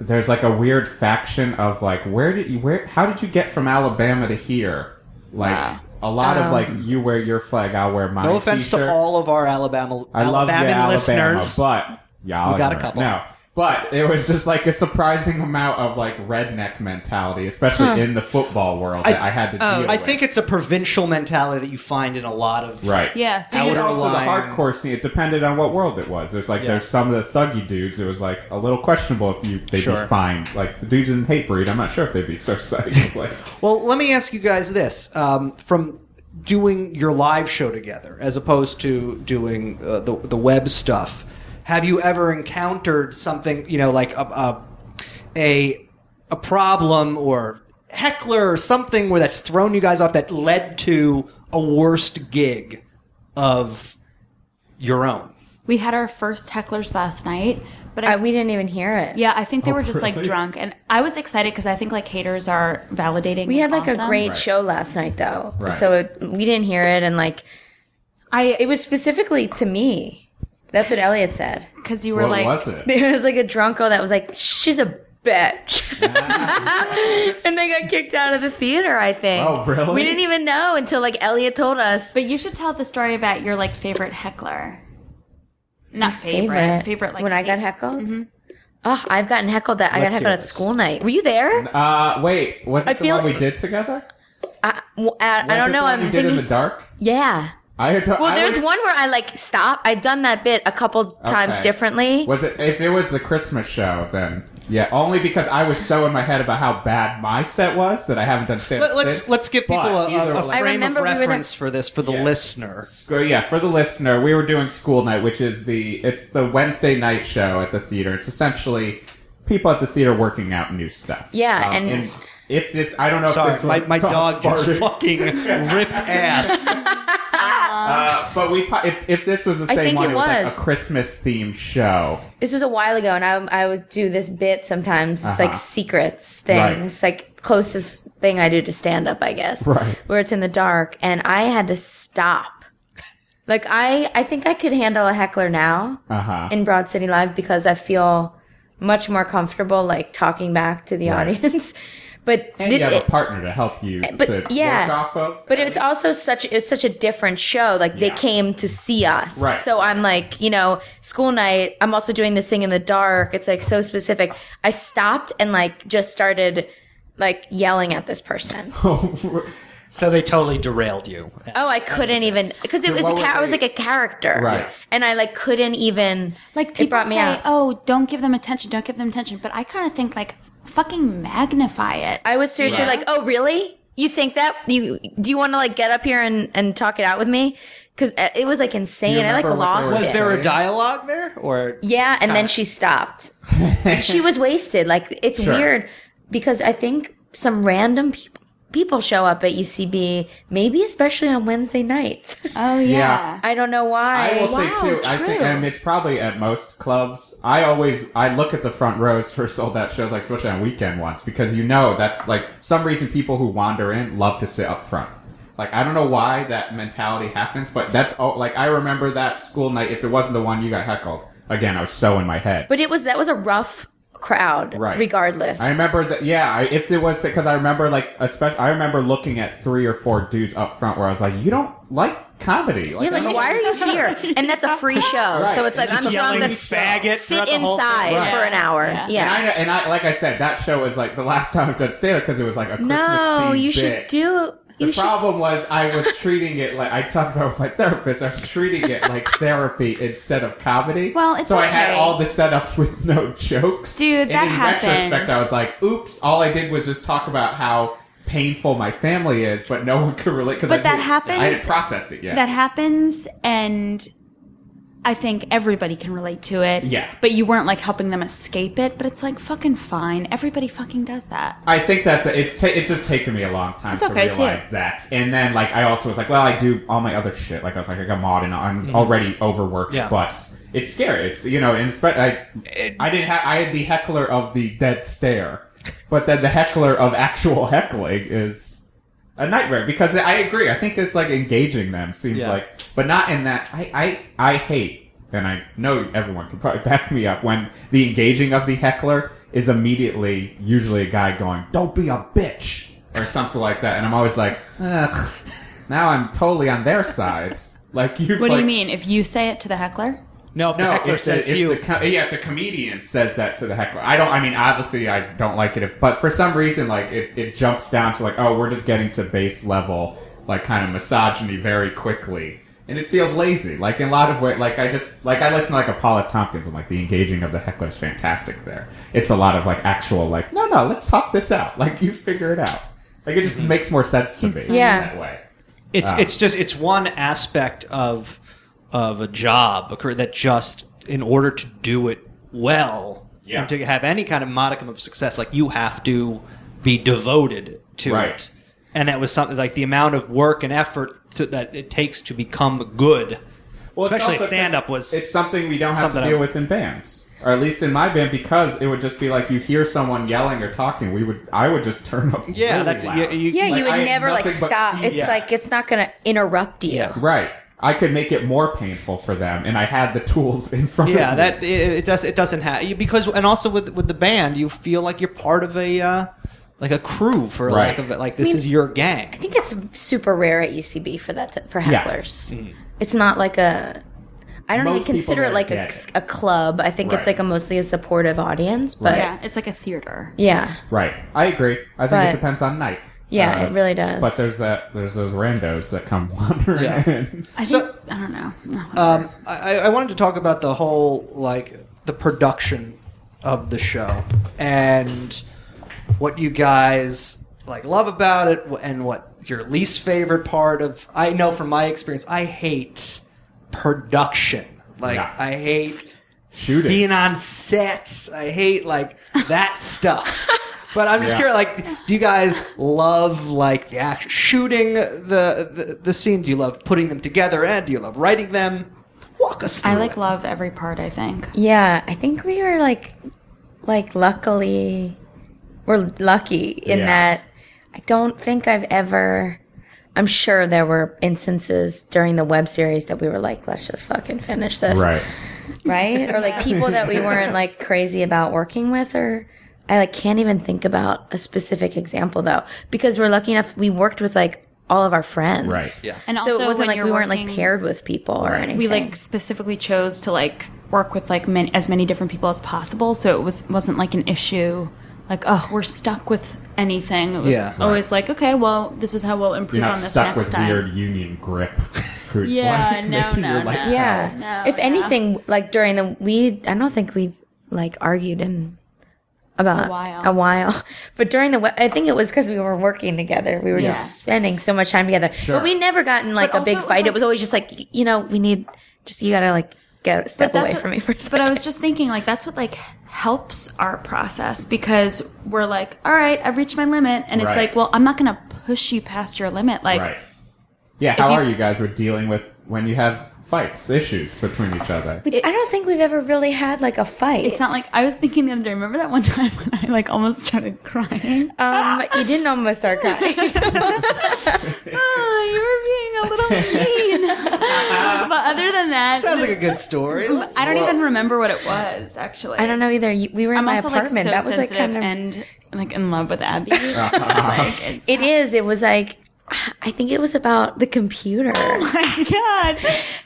There's like a weird faction of like, where did you where? How did you get from Alabama to here? Like
Wow.
a lot of like, you wear your flag, I'll wear mine.
Um, No offense
t-shirts.
to all of our Alabama
I love
Alabaman
Alabama,
listeners.
but y'all
We got a
ignorant.
couple.
No, but it was just like a surprising amount of like redneck mentality, especially in the football world. that I had to deal
I
with.
think it's a provincial mentality that you find in a lot of
Right.
Yeah, so
And
you-
also
Outlying.
the hardcore scene. It depended on what world it was. There's like
Yeah.
there's some of the thuggy dudes. It was like a little questionable if you they'd
Sure.
be fined. Like the dudes in hate breed. I'm not sure if they'd be so psyched. like
Well, let me ask you guys this: um, from doing your live show together, as opposed to doing uh, the the web stuff, have you ever encountered something you know, like a a a, a problem or heckler or something where that's thrown you guys off that led to a worst gig of your own?
We had our first hecklers last night, but I,
I, we didn't even hear it.
yeah, I think they were just like
Oh, really?
drunk, and I was excited because I think like haters are validating.
We had
and
like
awesome.
a great show last night though,
Right.
so it, we didn't hear it, and like it
I
was specifically to me. That's what Elliot said.
because you were
what
like
was it?
There was like a drunko that was like, "She's a bitch," and they got kicked out of the theater. I think.
Oh, really?
We didn't even know until like Elliot told us.
But you should tell the story about your like favorite heckler. Not favorite, favorite, Mm-hmm. like
when I got
hate-
heckled. Oh, I've gotten heckled. That I got
Let's
heckled
hear
at
this.
school night. Were you there?
Uh, wait, was it
I
the
feel-
one we did together?
I, well, I, I
Was
don't
it
know.
The one
I'm
you
thinking.
did in the dark.
yeah.
I had.
Well, there's
was,
one where I like stop. I've done that bit a couple times
Okay.
differently.
Was it if it was the Christmas show then? Yeah, only because I was so in my head about how bad my set was that I haven't done stand.
Let, let's let's give people a, a, a
I
frame of
remember we were there-
reference for this for the
Yeah.
listener.
Sc- yeah, for the listener, we were doing school night, which is the it's the Wednesday night show at the theater. It's essentially people at the theater working out new stuff. Um,
Yeah, and-
if this, I don't know if
Sorry,
this
my,
one-
my dog just
farted.
fucking ripped ass.
Uh, but we po- if, if this was the same
think
one,
it
it was, like
was.
a Christmas themed show.
this was a while ago, and I, I would do this bit sometimes. It's like
Uh-huh.
secrets thing.
Right.
It's like closest thing I do to stand up, I guess.
Right.
Where it's in the dark, and I had to stop. Like I, I think I could handle a heckler now
Uh huh.
in Broad City Live because I feel much more comfortable like talking back to the
Right.
audience. But
And
thi-
you have
it-
a partner to help you
but
to
yeah.
work off of.
But it's also such it's such a different show. Like they
Yeah.
came to see us.
Right.
So I'm like, you know, school night, I'm also doing this thing in the dark. It's like so specific. I stopped and like just started like yelling at this person. Oh,
So they totally derailed you.
I couldn't even because it was a
what
ca-
were
I was
they-
like a character.
Right.
And I like couldn't even
like people
it brought me
say,
out.
oh, don't give them attention, don't give them attention. But I kind of think like fucking magnify it.
I was seriously
Right.
like, "Oh, really? You think that? You do you want to like get up here and and talk it out with me?" Because it was like insane. I like
remember what they
lost
were
it.
Was there a dialogue there, or
Yeah, and then she stopped. she was wasted. Like it's
Sure.
weird because I think some random people people show up at UCB, maybe especially on Wednesday nights.
oh yeah.
I don't know why.
I will
Wow,
say too. I think,
true.
and it's probably at most clubs. I always I look at the front rows for sold out shows, like especially on weekend ones, because you know that's like some reason people who wander in love to sit up front. Like I don't know why that mentality happens, but that's all. Like I remember that school night. If it wasn't the one you got heckled again, I was so in my head.
But it was that was a rough crowd,
Right.
regardless.
I remember that. Yeah, I, if it was because I remember like especially I remember looking at three or four dudes up front where I was like, you don't like comedy. Like,
You're
I
like,
don't-
why are you here? And that's a free show, so it's like I'm drunk.
yelling
Let's
faggot
sit
throughout the whole
inside
thing.
for
Right.
an hour.
Yeah.
Yeah.
And I, and I like I said that show was like the last time I've done stand because it was like a Christmas
no,
themed
you should
bit.
do.
The
You should.
problem was I was treating it like I talked about with my therapist. I was treating it like therapy instead of comedy.
Well, it's
so I had
okay.
all the setups with no jokes.
Dude,
and
that
in retrospect,
happens.
I was like, "Oops!" All I did was just talk about how painful my family is, but no one could relate because
But
I
that
didn't-
happens-
I hadn't processed it yet.
that happens and I think everybody can relate to it.
Yeah.
But you weren't like helping them escape it, but it's like fucking fine. Everybody fucking does that.
I think that's it's ta- it's just taken me a long time
It's
to
okay, too.
realize that. And then like I also was like, well, I do all my other shit. Like I was like, I got mod and I'm already overworked,
Yeah.
but it's scary. It's you know, and spe- I I didn't have I had the heckler of the dead stare, but then the heckler of actual heckling is a nightmare because I agree. I think it's like engaging them seems
Yeah.
like, but not in that. I I I hate, and I know everyone can probably back me up when the engaging of the heckler is immediately usually a guy going, "Don't be a bitch" or something like that, and I'm always like, ugh. Now I'm totally on their side. Like you.
What do you mean? If you say it to the heckler?
No, if the
No,
heckler
if the,
says
if
to you,
the co- yeah, if the comedian says that to the heckler, I don't. I mean, obviously, I don't like it. If, but for some reason, like it, it jumps down to like, oh, we're just getting to base level, like kind of misogyny very quickly, and it feels lazy. Like in a lot of ways, like I just like I listen to like a Paul F. Tompkins, and like the engaging of the heckler is fantastic. There, it's a lot of like actual like, no, no, let's talk this out. Like you figure it out. Like it just
Mm-hmm.
makes more sense to me.
Yeah.
that way.
it's it's just it's one aspect of of a job a career that just in order to do it well
Yeah.
and to have any kind of modicum of success like you have to be devoted to
Right.
it and that was something like the amount of work and effort to, that it takes to become good
Well, it's
especially
also
at stand up was
it's something we don't have to
something
deal
I-
with in bands, or at least in my band, because it would just be like you hear someone yelling or talking. We would, I would just turn up.
yeah
really
that's
loud.
you, you,
Yeah,
Like,
you would
I have
never like
nothing but
stop.
feedback.
It's like it's not going to interrupt you.
Yeah.
right. I could make it more painful for them, and I had the tools in front.
yeah
of
that
me.
it, it does it doesn't have you because and also with with the band you feel like you're part of a uh, like a crew for
Right.
lack of it like this is your gang
I think it's super rare at UCB for that to, for
Yeah. Mm-hmm.
hecklers. It's not like a. I don't
Most
even consider
people
it like
don't
a,
get
a club. I think
Right.
it's like a mostly a supportive audience, but
Yeah, it's like a theater.
yeah,
right. I agree. I think it
But-
depends on night.
yeah,
Uh,
it really does.
But there's that. There's those randos that come wandering
Yeah.
in.
I
So-
think, I don't know.
Um, I, I wanted to talk about the whole like the production of the show and what you guys like love about it and what your least favorite part of I know from my experience I hate production like
Yeah.
I hate
Shooting.
being on sets I hate like that stuff but I'm just
Yeah.
curious like do you guys love like the act- shooting the, the the scenes do you love putting them together and do you love writing them walk us through
I like
it.
love every part, I think.
yeah, I think we were like, like luckily, we're lucky in
Yeah.
that I don't think I've ever. I'm sure there were instances during the web series that we were like, let's just fucking finish this.
Right.
right? Or like people that we weren't like crazy about working with or I like can't even think about a specific example though because we're lucky enough we worked with like all of our friends.
Right.
yeah
And
So
also,
it wasn't
when
like
you're
we weren't like
working-
paired with people or anything.
We like specifically chose to like work with like man- as many different people as possible, so it was wasn't like an issue. Like oh, we're stuck with anything. It was
Yeah, right.
always like okay, well, this is how we'll improve
You're not
on this
stuck
next
with
time.
weird union grip. Who's
Yeah,
like
no,
making
no,
your
no.
life
yeah.
hell.
No,
if
yeah.
anything like during the we I don't think we like argued in about
A
a
while.
while. But during the we- I think it was cuz we were working together. We were just spending so much time together.
Sure.
But we never got in like
But
a
also it
big
was,
fight.
like-
it was always just like y- you know, we need just you got to like get step away
what-
from me for a second.
But I was just thinking, like, that's what like helps our process because we're like, all right, I've reached my limit, and it's
Right.
like, well, I'm not gonna push you past your limit. Like,
right. Yeah, how
you-
are you guys with dealing with when you have fights, issues between each other?
We- I don't think we've ever really had like a fight.
it's not like I was thinking the other day. Remember that one time when I like almost started crying?
um, you didn't almost start crying.
Oh, so mean. but other than that,
Sounds like a good story.
I don't even remember what it was actually.
I don't know either. You- We were in
I'm
my
also like so
apartment. that was like
sensitive
kind of.
and like in love with Abby. So it's like it's
it is. It was like, I think it was about the computer.
my God,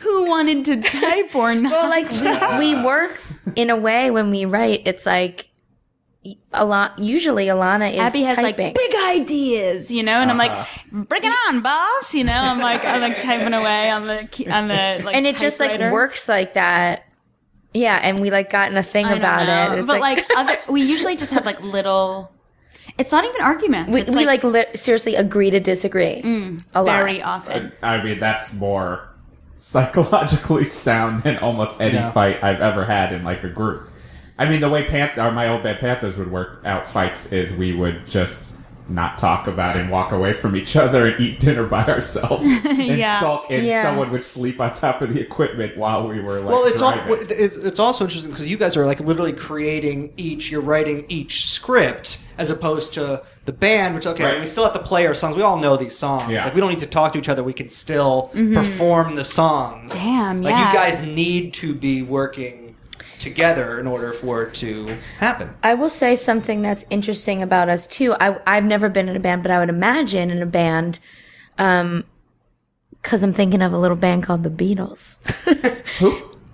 who wanted to type or not?
Well, like we, we work in a way when we write. It's like a lot. Usually, Alana is
Abby has
typing.
like big ideas, you know, and I'm
Uh-huh.
like, bring it on, boss, you know. I'm like, I'm like typing away on the key, on the like,
and it just like
typewriter.
works like that. Yeah, and we like got in a thing
I don't
about
know.
it. It's
but like, other, we usually just have like little. It's not even arguments.
we,
it's
we
like, Mm,
like lit seriously agree to disagree a lot.
very often.
I mean, that's more psychologically sound than almost any
Yeah.
fight I've ever had in like a group. I mean, the way Panth- or my old band Panthers would work out fights is we would just not talk about and walk away from each other and eat dinner by ourselves and
Yeah.
sulk, and
Yeah.
someone would sleep on top of the equipment while we were like.
Well, it's all,
driving.
it's it's also interesting because you guys are like literally creating each. You're writing each script as opposed to the band, which okay,
Right.
we still have to play our songs. We all know these songs.
Yeah.
Like we don't need to talk to each other. We can still perform the songs.
Mm-hmm. Damn,
Like
yeah.
you guys need to be working together in order for it to happen.
I will say something that's interesting about us too. I I've never been in a band, but I would imagine in a band, um, because I'm thinking of a little band called the Beatles.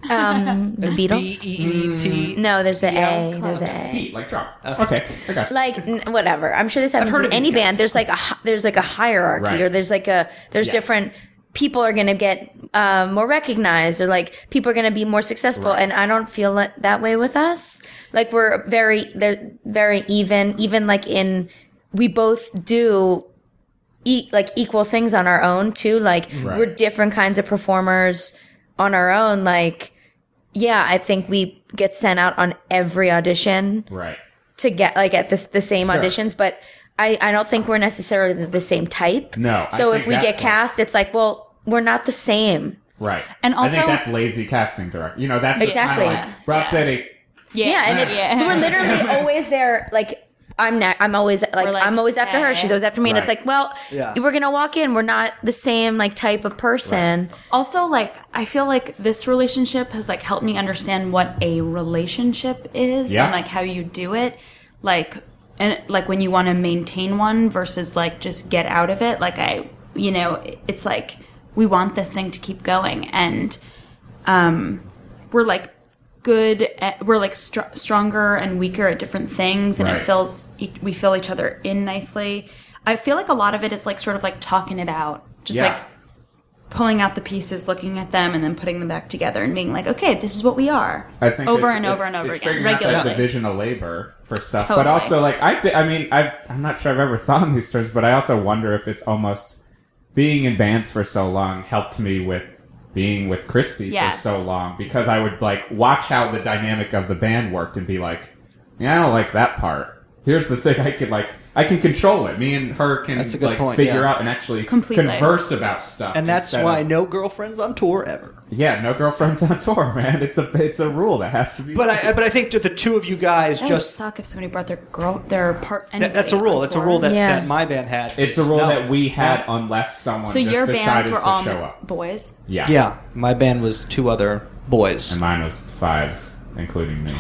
Um, the
B
Beatles.
e e t.
no, there's a
Yeah,
A. There's a A.
Eat, like drop. okay, I got you.
Like n- whatever. I'm sure this happens
heard
in
of
any
these
band.
guys.
There's like a hi- there's like a hierarchy,
Right.
or there's like a there's
Yes.
different people are going to get uh, more recognized, or like people are going to be more successful.
Right.
And I don't feel that, that way with us. Like we're very they're very even. Even like in we both do. E- like equal things on our own too like
Right.
we're different kinds of performers on our own like yeah i think we get sent out on every audition
right.
to get like at this the same
Sure.
auditions, but I I don't think we're necessarily the- the same type.
No, I
So
think
if we
that's
get
the-
cast, it's like, well, we're not the same.
Right.
And
I
also-
think that's lazy casting director. You know, that's just kinda
Exactly.
like Broad City.
Yeah, and it, we're literally always there. Like I'm not. I'm always like,
We're like,
I'm always after her.
eh.
She's always after me, and it's
Right.
like, well,
Yeah.
we're gonna walk in. We're not the same like type of person.
also like i feel like this relationship has like helped me understand what a relationship is
Yeah.
and like how you do it like and like when you want to maintain one versus like just get out of it like i you know it's like we want this thing to keep going and um we're like good at, we're like str- stronger and weaker at different things and
Right.
it fills e- we fill each other in nicely i feel like a lot of it is like sort of like talking it out just
Yeah.
like pulling out the pieces, looking at them, and then putting them back together and being like, okay, this is what we are.
I think
over
it's-
and
it's-
over and over
it's
again,
figuring out that
regularly.
division of labor for stuff, but
Totally.
also like I, thi- I mean, I've, I'm not sure I've ever thought in these terms, but I also wonder if it's almost being in bands for so long helped me with being with Christy
Yes.
for so long because I would like watch how the dynamic of the band worked and be like, yeah, I don't like that part. Here's the thing I could like. I can control it. Me and her can
That's a good
like
point,
figure
yeah.
out and actually
Completely.
converse about stuff.
And that's
instead
why
of-
no girlfriends on tour ever.
yeah, no girlfriends on tour, man. It's a it's a rule that has to be.
But I but I think that the two of you guys
That would
just
suck if somebody brought their girl, their part.
that, that's a rule. That's a rule that,
Yeah.
that my band had.
It's a
is
rule
no.
that we had unless someone
So
just
your bands
decided
were
to
all
show up.
boys.
Yeah.
Yeah, my band was two other boys.
And mine was five, including me.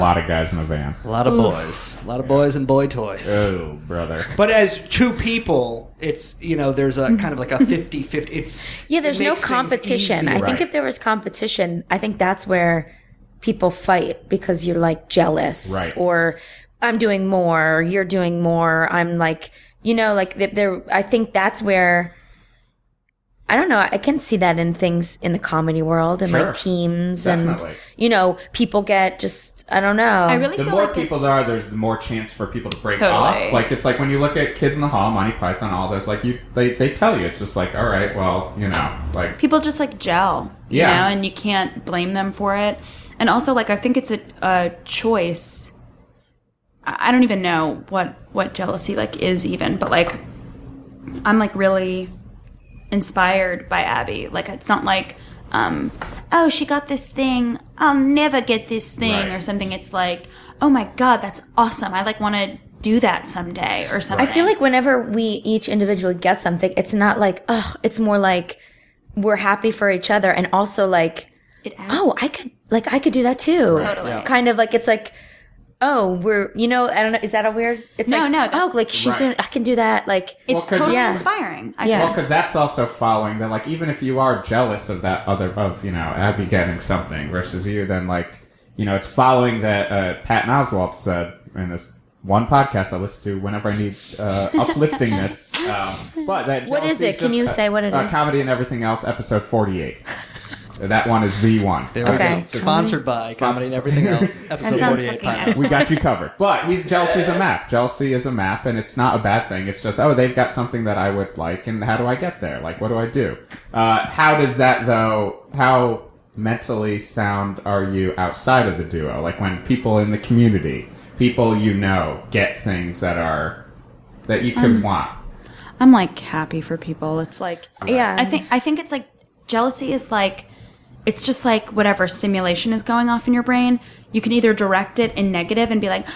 A lot of guys in the van.
A lot of boys. A lot of boys and boy toys.
Oh, brother.
But as two people, it's, you know, there's a kind of like a
Mm-hmm.
50 50. It's.
Yeah, there's
it
no
makes things
competition.
easier.
I think
Right.
if there was competition, I think that's where people fight because you're like jealous
Right.
or I'm doing more, or you're doing more. I'm like, you know, like th- there, I think that's where I don't know. I can see that in things in the comedy world and
Sure.
like teams
Definitely.
and, you know, people get just, I don't know.
I really
The
feel
more
like
people
it's-
there are, there's the more chance for people to break
Totally.
off. Like it's like when you look at Kids in the Hall, Monty Python, all those. Like you, they they tell you it's just like, all right, well, you know, like
people just like gel you
Yeah.
know and you can't blame them for it and also like i think it's a, a choice i I don't even know what what jealousy like is even but like i'm like really inspired by abby like it's not like um oh she got this thing i'll never get this thing
Right.
or something it's like oh my god that's awesome i like want to do that someday or something
I feel like whenever we each individually get something, it's not like, oh, it's more like, we're happy for each other and also like
It adds.
oh i could like i could do that too
Totally. Yeah.
kind of like it's like oh we're you know i don't know is that a weird it's
No,
like
no,
oh
that's-
like she's
Right.
doing i can do that like
it's
Well, 'cause-
totally
Yeah.
inspiring. I
Yeah.
yeah.
Well, because that's also following that. Like, even if you are jealous of that other, of you know, Abby getting something versus you, then like, you know, it's following that uh, Patton Oswalt said in this one podcast I listen to whenever I need uh, upliftingness. Um, but that
What is
jealousy
it? Can
just
you
a-
say what it
a
is?
Comedy and everything else, episode forty-eight. that one is the one.
There we
Okay.
go. Sponsored by Comedy and Everything Else, episode
That sounds
48
fucking
podcast.
excellent.
we got you covered. But he's jealousy is a map. Jealousy is a map, and it's not a bad thing. It's just oh, they've got something that I would like, and how do I get there? Like, what do I do? Uh, how does that though? How mentally sound are you outside of the duo? Like when people in the community, people you know, get things that are that you could want.
I'm like happy for people. It's like
yeah
I think I think it's like jealousy is like it's just like whatever stimulation is going off in your brain. You can either direct it in negative and be like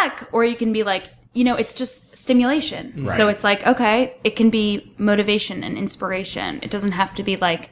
fuck or you can be like you know, it's just stimulation. So
Right.
it's like okay, it can be motivation and inspiration. It doesn't have to be like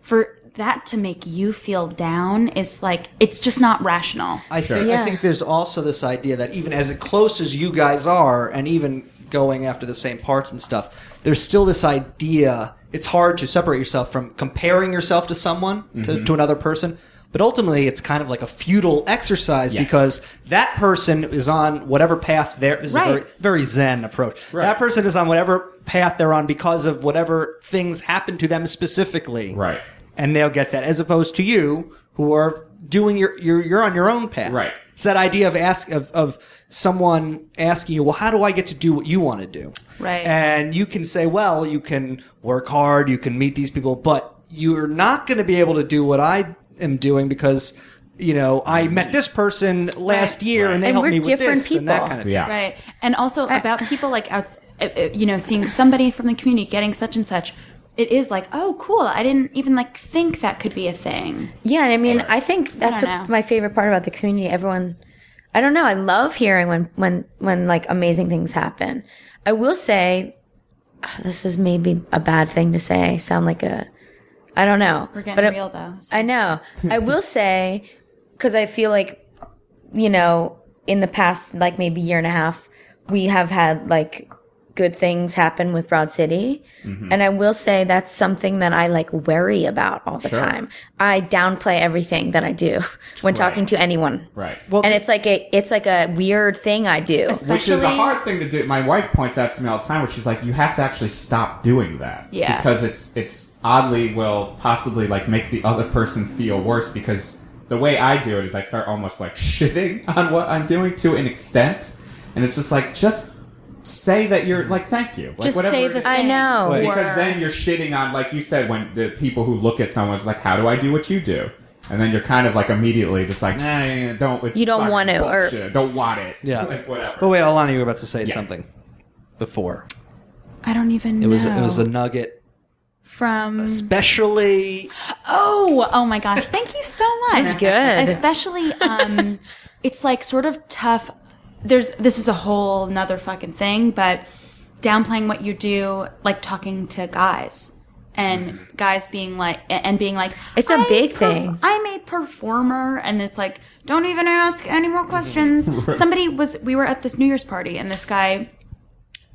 for that to make you feel down is like it's just not rational.
I think I
Yeah.
think there's also this idea that even as close as you guys are, and even going after the same parts and stuff, there's still this idea. It's hard to separate yourself from comparing yourself to someone
Mm-hmm.
to, to another person. But ultimately, it's kind of like a futile exercise
Yes.
because that person is on whatever path there. This is a very,
Right.
very zen approach. That person is on whatever path they're on because of whatever things happen to them specifically
Right.
and they'll get that as opposed to you who are doing your you're, you're on your own path
Right.
it's that idea of ask of, of someone asking you well how do i get to do what you want to do
Right.
and you can say well you can work hard you can meet these people but you're not going to be able to do what i am doing because you know i met this person last year and they
And
helped
we're
me with
different
this and that
people.
kind of
Yeah.
Right. And also about people like outs, uh, uh, you know, seeing somebody from the community getting such and such. It is like, oh, cool. I didn't even like think that could be a thing.
Yeah, and I mean, I think that's
don't know.
what my favorite part about the community. Everyone, I don't know, I love hearing when when when like amazing things happen. I will say, ah, this is maybe a bad thing to say. I sound like a, I don't know.
We're getting
but I-
real though. So-
I know. I will say, because I feel like, you know, in the past, like maybe year and a half, we have had like good things happen with Broad City. And I will say that's something that I like worry about all the time. I downplay everything that I do when talking to anyone.
Right.
well
And it's like a, it's like a weird thing I do.
Which is a
Especially-
hard thing to do. My wife points out to me all the time, where she's like, "You have to actually stop doing that,
Yeah.
because it's it's oddly will possibly like make the other person feel worse because the way I do it is I start almost like shitting on what I'm doing to an extent, and it's just like just say that you're like thank you, like
Just
whatever
say
it
the
is.
thing.
I know.
Wait.
or-
because then you're shitting on like you said when the people who look at someone's like, "How do I do what you do?" And then you're kind of like immediately just like, nah, yeah, don't. It's
You don't
fucking
want to, or-
bullshit. don't want it.
Yeah.
like, whatever.
but wait alana you were about to say something before
I don't even
it
know.
was it was a nugget
from
especially
Oh, oh my gosh. Thank you so much.
That's good.
Especially um it's like sort of tough there's this is a whole nother fucking thing, but downplaying what you do, like talking to guys and guys being like and being like
It's a
"I
big thing."
I'm a performer and it's like don't even ask any more questions. Somebody was we were at this New Year's party and this guy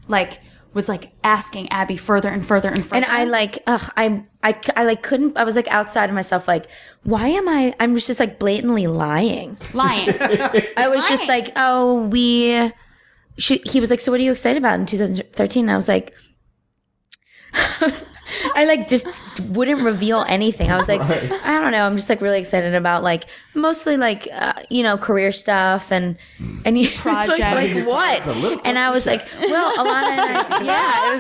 like was like asking Abby further and further and further.
and I like, ugh, I, I, I like couldn't, I was like outside of myself, like, why am I, I'm just like blatantly lying.
lying.
I was just
Right.
like, oh, we. She, he was like, so what are you excited about in 2013? And I was like, I like just wouldn't reveal anything. I was like, I don't know. I'm just like really excited about like mostly like uh, you know career stuff and and you like, like
Projects.
It's a
what?
little
And I was like, well, Alana and I, yeah,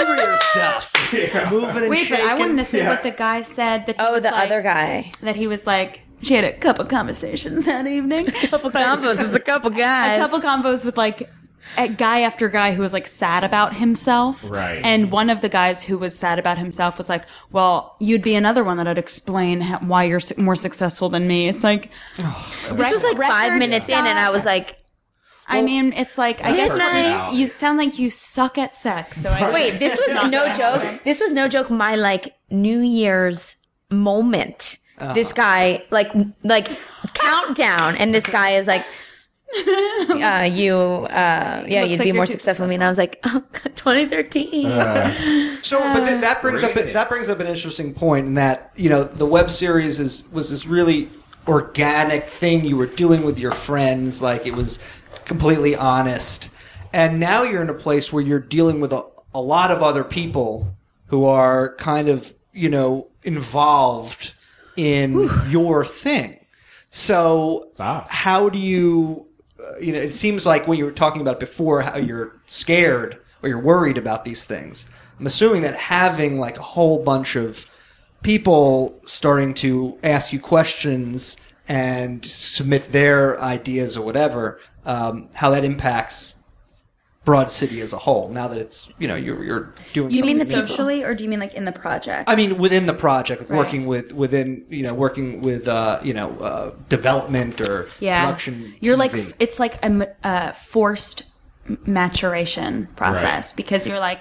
it was like
career stuff moving and
Wait, but I
shaking.
wanted to say
Yeah.
what the guy said that. He
oh
was
the
like-
other guy.
that he was like she had a couple conversations that evening, a couple
Combos was a couple guys.
a couple combos with like a guy after guy who was like sad about himself.
Right.
And one of the guys who was sad about himself was like, "Well, you'd be another one that'd explain how, why you're su- more successful than me." It's like
This was like five
record
minutes in, and I was like,
I mean, it's like I
Good
guess
night.
you sound like you suck at sex. So I
Wait, this was no joke. This was no joke. My like New Year's moment. This guy like like countdown, and this guy is like, uh, you uh, yeah,
Looks like
you'd be
you're
more
too
successful than me. And I was like, oh, God, 2013.
So, but th- that brings up that brings up an interesting point in that you know the web series is was this really organic thing you were doing with your friends, like it was completely honest, and now you're in a place where you're dealing with a, a lot of other people who are kind of you know involved in your thing. So,
odd.
how do you uh, you know it seems like when you were talking about before how you're scared or you're worried about these things i'm assuming that having like a whole bunch of people starting to ask you questions and submit their ideas or whatever um, how that impacts broad city as a whole now that it's you know you're, you're doing
Do you mean
something new.
socially, or do you mean like in the project?
I mean, within the project, like working with within you know working with uh, you know uh, development or
yeah,
production.
you're like
TV.
it's like a m- uh, forced m- maturation process because you're like,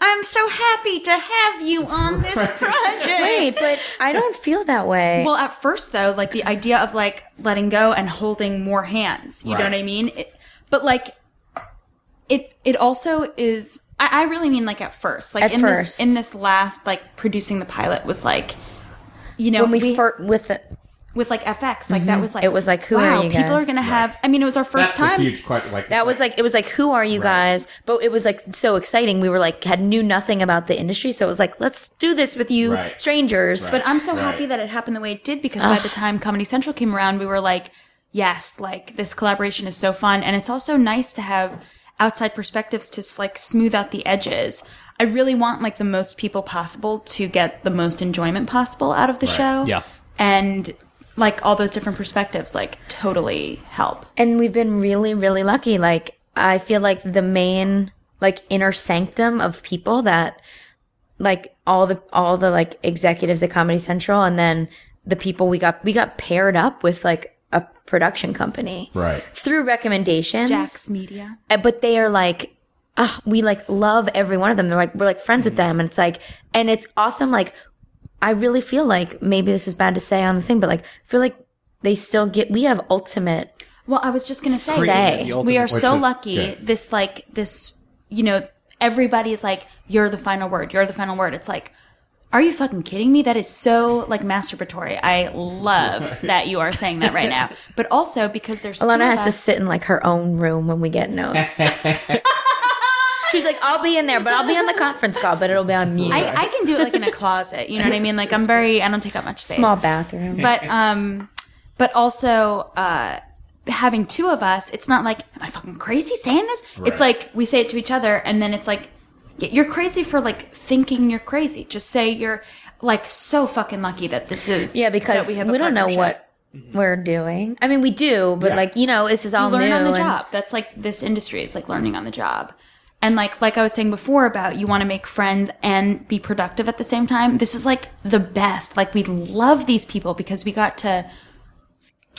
I'm so happy to have you on this project.
Wait, but I don't feel that way.
Well, at first though, like the idea of like letting go and holding more hands, you know
Right.
what I mean? It, but like it it also is I, I really mean like at first. Like
At
in this
first.
in this last like producing the pilot was like you know
when we, fir- with the,
with like FX, like that was like
It was like, who are
wow,
you
people
guys?
are gonna have I mean it was our first
That's
time
a huge question. Like
that was like it was like who are you guys? But it was like so exciting. We were like had knew nothing about the industry, so it was like let's do this with you
Right.
strangers.
Right.
But I'm so
Right.
happy that it happened the way it did because by the time Comedy Central came around, we were like, yes, like this collaboration is so fun. And it's also nice to have outside perspectives to like smooth out the edges. I really want like the most people possible to get the most enjoyment possible out of the show.
Yeah.
And like all those different perspectives like totally help.
and we've been really really lucky like i feel like the main like inner sanctum of people that like all the all the like executives at comedy central and then the people we got we got paired up with like a production company
right.
through recommendations
Jax Media.
Uh, but they are like ah, we like love every one of them they're like we're like friends with them and it's like and it's awesome like i really feel like maybe this is bad to say on the thing but like I feel like they still get we have ultimate
Well, I was just going to say,
Say. The
we are so
is
lucky.
good.
This, like, this, you know, everybody's like, you're the final word, you're the final word. It's like, are you fucking kidding me? That is so, like, masturbatory. I love that you are saying that right now. But also because there's two
Alana
of
has to
us-
sit in like her own room when we get notes. She's like, I'll be in there, but I'll be on the conference call, but it'll be on mute.
I, I can do it, like, in a closet. You know what I mean? Like, I'm very, I don't take up much space.
Small bathroom.
but um but also uh having two of us it's not like am i fucking crazy saying this it's like we say it to each other and then it's like y- you're crazy for like thinking you're crazy just say you're like so fucking lucky that this is
yeah, because
that
we,
have a
don't know
partnership.
what we're doing. I mean, we do, but like you know, this is all
You learn
new.
on the
and-
job that's like this industry is like learning on the job and like like i was saying before about you want to make friends and be productive at the same time this is like the best like we love these people because we got to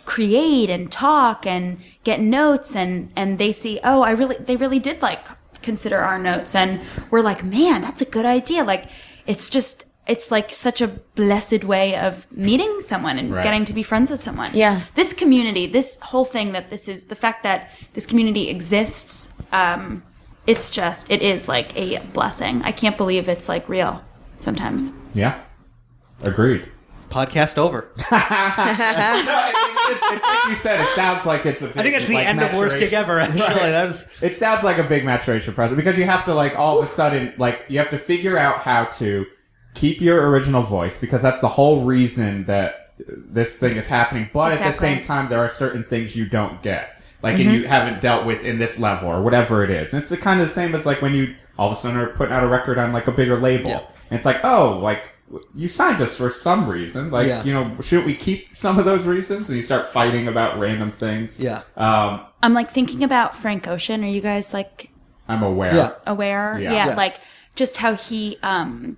create and talk and get notes and and they see oh i really they really did like consider our notes and we're like man that's a good idea like it's just it's like such a blessed way of meeting someone and
Right.
getting to be friends with someone
Yeah.
this community this whole thing that this is the fact that this community exists um it's just it is like a blessing i can't believe it's like real sometimes
Yeah. Agreed.
podcast over.
it's, it's like you said. It sounds like it's a. Big,
I think that's the
like,
end of worst gig
maturation-
ever. Actually,
Right.
that was
It sounds like a big maturation process because you have to like all of a sudden like you have to figure out how to keep your original voice because that's the whole reason that uh, this thing is happening. But at the
Exactly.
same time, there are certain things you don't get, like and you haven't dealt with in this level or whatever it is. And it's the kind of the same as like when you all of a sudden are putting out a record on like a bigger label,
Yeah.
and it's like oh like. w- You signed us for some reason, like
Yeah.
you know. Shouldn't we keep some of those reasons? And you start fighting about random things.
yeah.
Um,
i'm like thinking about frank ocean are you guys like
I'm aware.
Yeah.
aware.
Yeah.
Yeah,
Yes.
like just how he um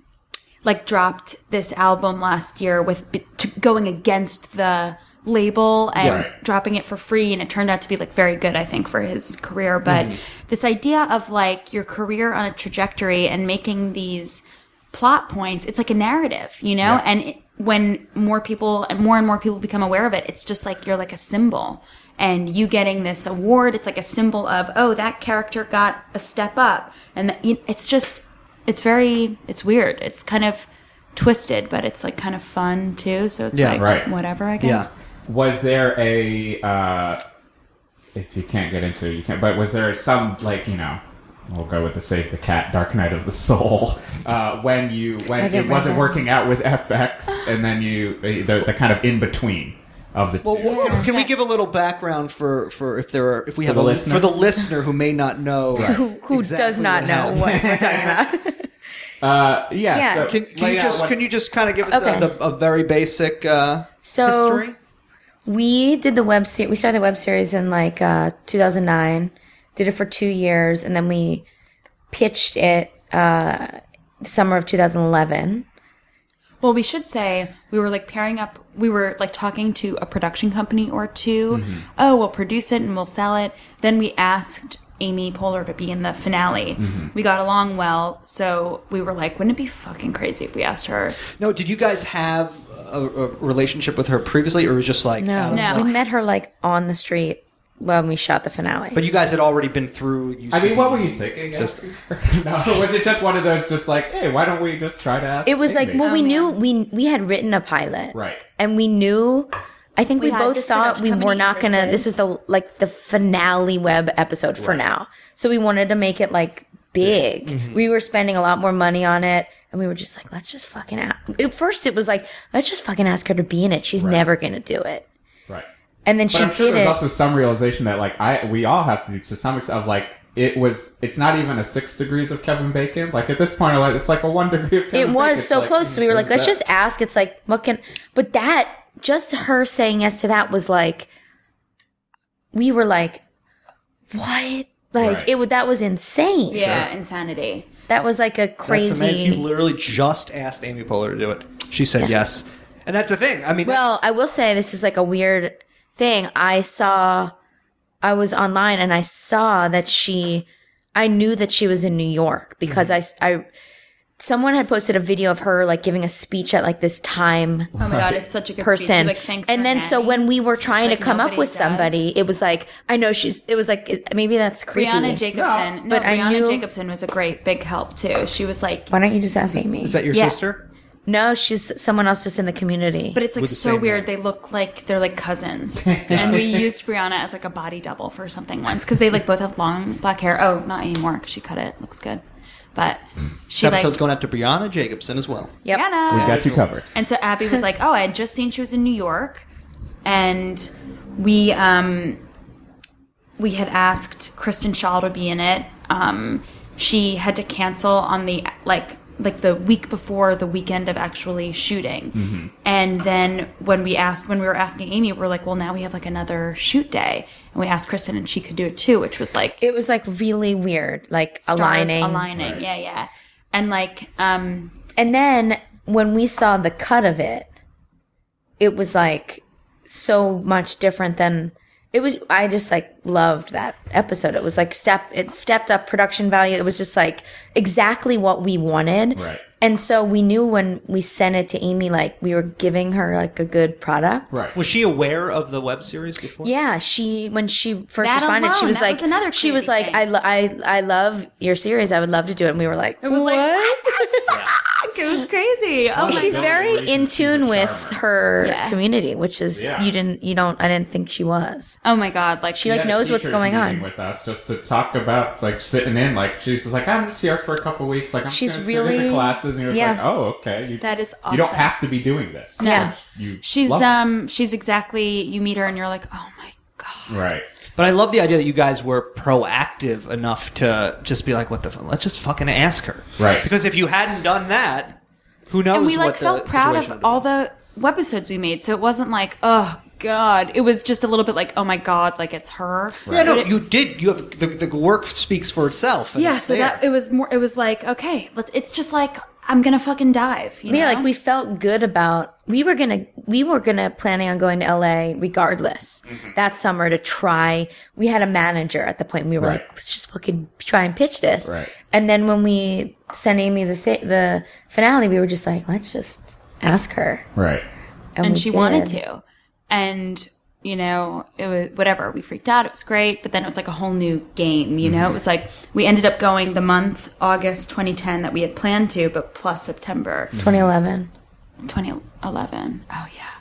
like dropped this album last year with b- t- going against the label and
Right.
dropping it for free and it turned out to be like very good i think for his career but
Mm-hmm.
this idea of like your career on a trajectory and making these plot points it's like a narrative you know and it, when more people and more and more people become aware of it it's just like you're like a symbol and you getting this award it's like a symbol of oh that character got a step up and that, you- it's just it's very it's weird it's kind of twisted but it's like kind of fun too so it's
Yeah,
like
right.
whatever i guess
Was there a uh, if you can't get into it, you can't. But was there some like you know? We'll go with the save the cat, Dark Knight of the Soul. Uh, when you
I
when it
didn't
wasn't
read that.
working out with FX, and then you the, the kind of in between of the two.
Can we give a little background for, for if there are if we have
the
a
listener?
for the listener who may not know
Who, who
exactly
does not
what
know
happened?
what we're talking about?
Uh, yeah.
Yeah.
so
Can, can
lay
you
out
just can
what's-
you just kind of give us
Okay.
a, the, a very basic uh,
So-
history?
We did the web series. We started the web series in like uh, 2009. Did it for two years, and then we pitched it uh, the summer of 2011.
Well, we should say we were like pairing up. We were like talking to a production company or 2 Oh, we'll produce it and we'll sell it. Then we asked Amy Poehler to be in the finale. We got along well, so we were like, wouldn't it be fucking crazy if we asked her?
No, did you guys have a, a relationship with her previously, or was it just like out
No,
of-
No.
we met her like on the street when we shot the finale.
But you guys had already been through. UCB.
I mean, what were you thinking?
Just-
no, was it just one of those? Just like, hey, why don't we just try to ask?
it was like
Amy?
well, we
Oh,
knew we we had written a pilot,
Right.
And we knew. I think we,
had
both
this
thought
production
we
company
were not gonna.
interested.
This was the like the finale web episode for now, so we wanted to make it like big.
Mm-hmm.
We were spending a lot more money on it, and we were just like, let's just fucking. A-. At first, it was like, let's just fucking ask her to be in it. She's never gonna do it,
right.
and then
But
she
I'm sure
did
there's
it.
also some realization that like I we all have to do to some extent of like it was it's not even a six degrees of Kevin Bacon. Like at this point, I'm like it's like a one degree of Kevin.
it
Bacon.
was
It's
so close. So we were
what
like,
is
let's
that?
just ask. It's like, what can? But that just her saying yes to that was like, we were like, what? Like
Right.
it would that was insane.
Yeah, insanity.
That was like a
That's amazing. You
crazy.
literally just asked Amy Poehler to do it. She said yes, and that's the thing. I mean, that's-
Well, I will say this is like a weird thing. I saw, I was online and I saw that she, I knew that she was in New York because I s I I, someone had posted a video of her like giving a speech at like this time.
Oh my god, it's such a good
person.
Speech. She, like, thanks
and
her
then so
nanny.
when we were trying
like
to come up
nobody
with
does.
somebody, it was like I know she's. It was like it- maybe that's creepy.
Brianna Jacobson, no,
but I
Brianna
knew-
Jacobson was a great big help too. She was like,
Why don't you just ask Amy?
is that your
yeah.
sister?
no, she's someone else just in the community.
But it's like
With the
so
same
weird.
name.
They look like they're like cousins. and we used Brianna as like a body double for something once because they like both have long black hair. Oh, not anymore because she cut it. Looks good, but she
This episode's
like
going out to Brianna Jacobson as well.
yep.
Brianna.
We got you covered.
And so Abby was like, "Oh, I had just seen she was in New York, and we um, we had asked Kristen Shaw to be in it. Um, she had to cancel on the like like the week before the weekend of actually shooting.
Mm-hmm.
And then when we asked when we were asking Amy, we were like, "Well, now we have like another shoot day," and we asked Kristen, and she could do it too, which was like
It was like really weird, like
stars
aligning.
aligning, yeah, yeah. And like, um,
And then when we saw the cut of it, it was like so much different than it was. I just like loved that episode. It was like step, it stepped up production value. It was just like exactly what we wanted.
Right.
And so we knew when we sent it to Amy, like we were giving her like a good product.
right.
Was she aware of the web series before?
Yeah, she when she first
That
responded, she
alone,
was
that
like,
was another
she was
creepy
like,
thing.
I, lo- I, I love your series. I would love to do it. And we were like,
it was like, what the fuck? It was crazy. Oh my
she's very
She's
in
a
tune with
charmer.
her
Yeah.
community, which is
Yeah.
you didn't you don't I didn't think she was.
Oh my god! Like she
like,
Had a
knows what's
teachers
going
meeting
on.
with us just to talk about like sitting in. Like she's just like I'm just here for a couple weeks. Like I'm just
She's
gonna sit in the
really-
classes, and you're just
yeah.
like, oh okay, you,
That is
You don't
awesome.
have to be doing this.
Yeah.
You
she's
love it.
um she's exactly you meet her and you're like oh my god
right.
But I love the idea that you guys were proactive enough to just be like, "What the? Fuck? Let's just fucking ask her."
Right.
Because if you hadn't done that, who knows?
and we like
what the
felt proud
situation
of
would've
all
been.
the webisodes we made so it wasn't like oh god it was just a little bit like oh my god like it's her
Yeah, no, you did. You have the, the work speaks for itself. and
yeah
it's
so that
there.
it was more it was like okay let's it's just like I'm gonna fucking dive. You
Yeah,
know?
like we felt good about we were gonna we were gonna planning on going to LA regardless
Mm-hmm.
that summer to try. We had a manager at the point. We were
Right.
like, let's just fucking try and pitch this.
Right.
And then when we sent Amy the th- the finale, we were just like, let's just ask her.
Right.
and
we
she wanted
did.
to and you know it was whatever we freaked out it was great but then it was like a whole new game you
Mm-hmm.
know it was like we ended up going the month august 2010 that we had planned to but plus september
Mm-hmm.
2011.
2011 oh yeah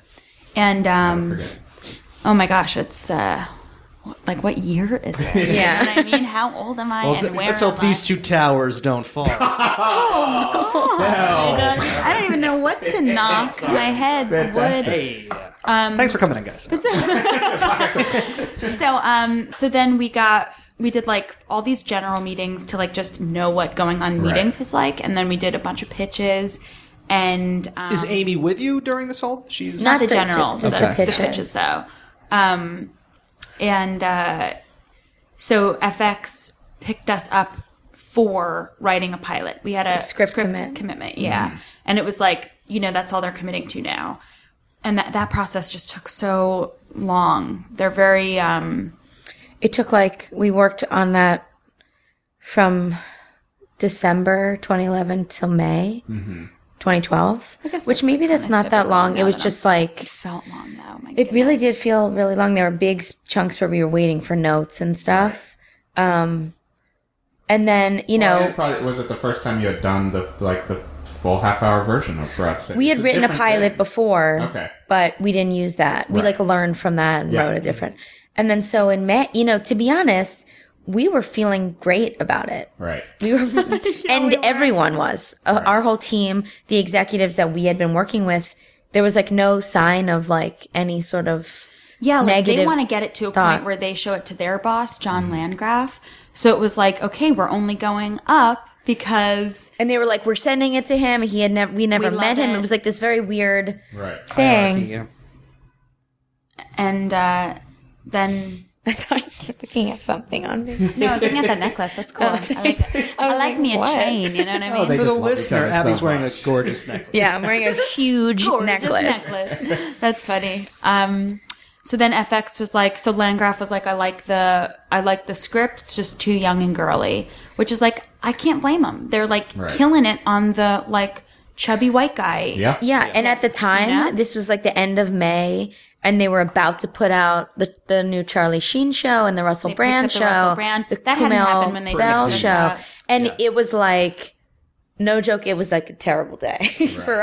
and um
Forget it.
oh my gosh it's uh wh- like what year is it You know
Yeah.
what i mean how old am i
Well,
and
th-
where
let's
am
hope these
I?
two towers don't fall.
i don't even know what to knock my head would
Fantastic.
hey. Thanks for coming in, guys.
so um so then we got we did like all these general meetings to like just know what going on
Right.
meetings was like and then we did a bunch of pitches and um,
Is Amy with you during this whole? She's
not the
the-
generals
just
the,
the
the
pitches.
pitches though um and uh so fx picked us up for writing a pilot we had a
script
script,
commit. Mm-hmm.
commitment yeah and it was like you know that's all they're committing to now and that, that process just took so long they're very um
It took like we worked on that from December 2011 till May
Mm-hmm.
2012,
guess
which
that's
maybe that's
kinda
not that
typical
long. It
now
was
that I'm-
just like
felt long though. Oh My
It really did feel really long. There were big s- chunks where we were waiting for notes and stuff. Um, and then, you
Well,
know,
it Oh, probably, was it the first time you had done the like the full half hour version of Broad City?
we had
It's a
written a
different
pilot
thing.
before,
Okay.
but we didn't use that. We
Right.
like learned from that and
Yeah.
wrote a different. And then so in May, you know, to be honest, we were feeling great about it.
Right.
We were, and everyone was uh, our whole team, the executives that we had been working with. There was like no sign of like any sort of
Yeah, like they
negative
want to get it to a
thought. Mm-hmm.
point where they show it to their boss, John Landgraf. So it was like, okay, we're only going up because
And they were like, "We're sending it to him." He had never, we never
We love
met him. It
it.
was like this very weird
Right.
thing.
Yeah.
and uh then
I thought you were looking at something on me.
no, I was looking at that necklace. That's cool. I like, it. Oh, I
was
like
like,
me a
what?
chain. You know what Oh, I mean?
they
Oh, For the
just love each
listener,
other so
Abby's wearing
much.
a gorgeous necklace.
yeah, I'm wearing a huge
Gorgeous
necklace.
necklace. That's funny. Um, so then FX was like, so Landgraf was like, I like the, I like the script. It's just too young and girly, which is like, I can't blame them. They're like
Right.
killing it on the like chubby white guy.
Yeah.
Yeah, and at the time,
Yeah.
this was like the end of May, and they were about to put out the the new Charlie Sheen show and the Russell
They picked
Brand
up the
show,
Russell Brand.
the
That hadn't
Kumail
happened when they
Bell
picked this
show,
up.
and it was like. No joke, it was like a terrible day for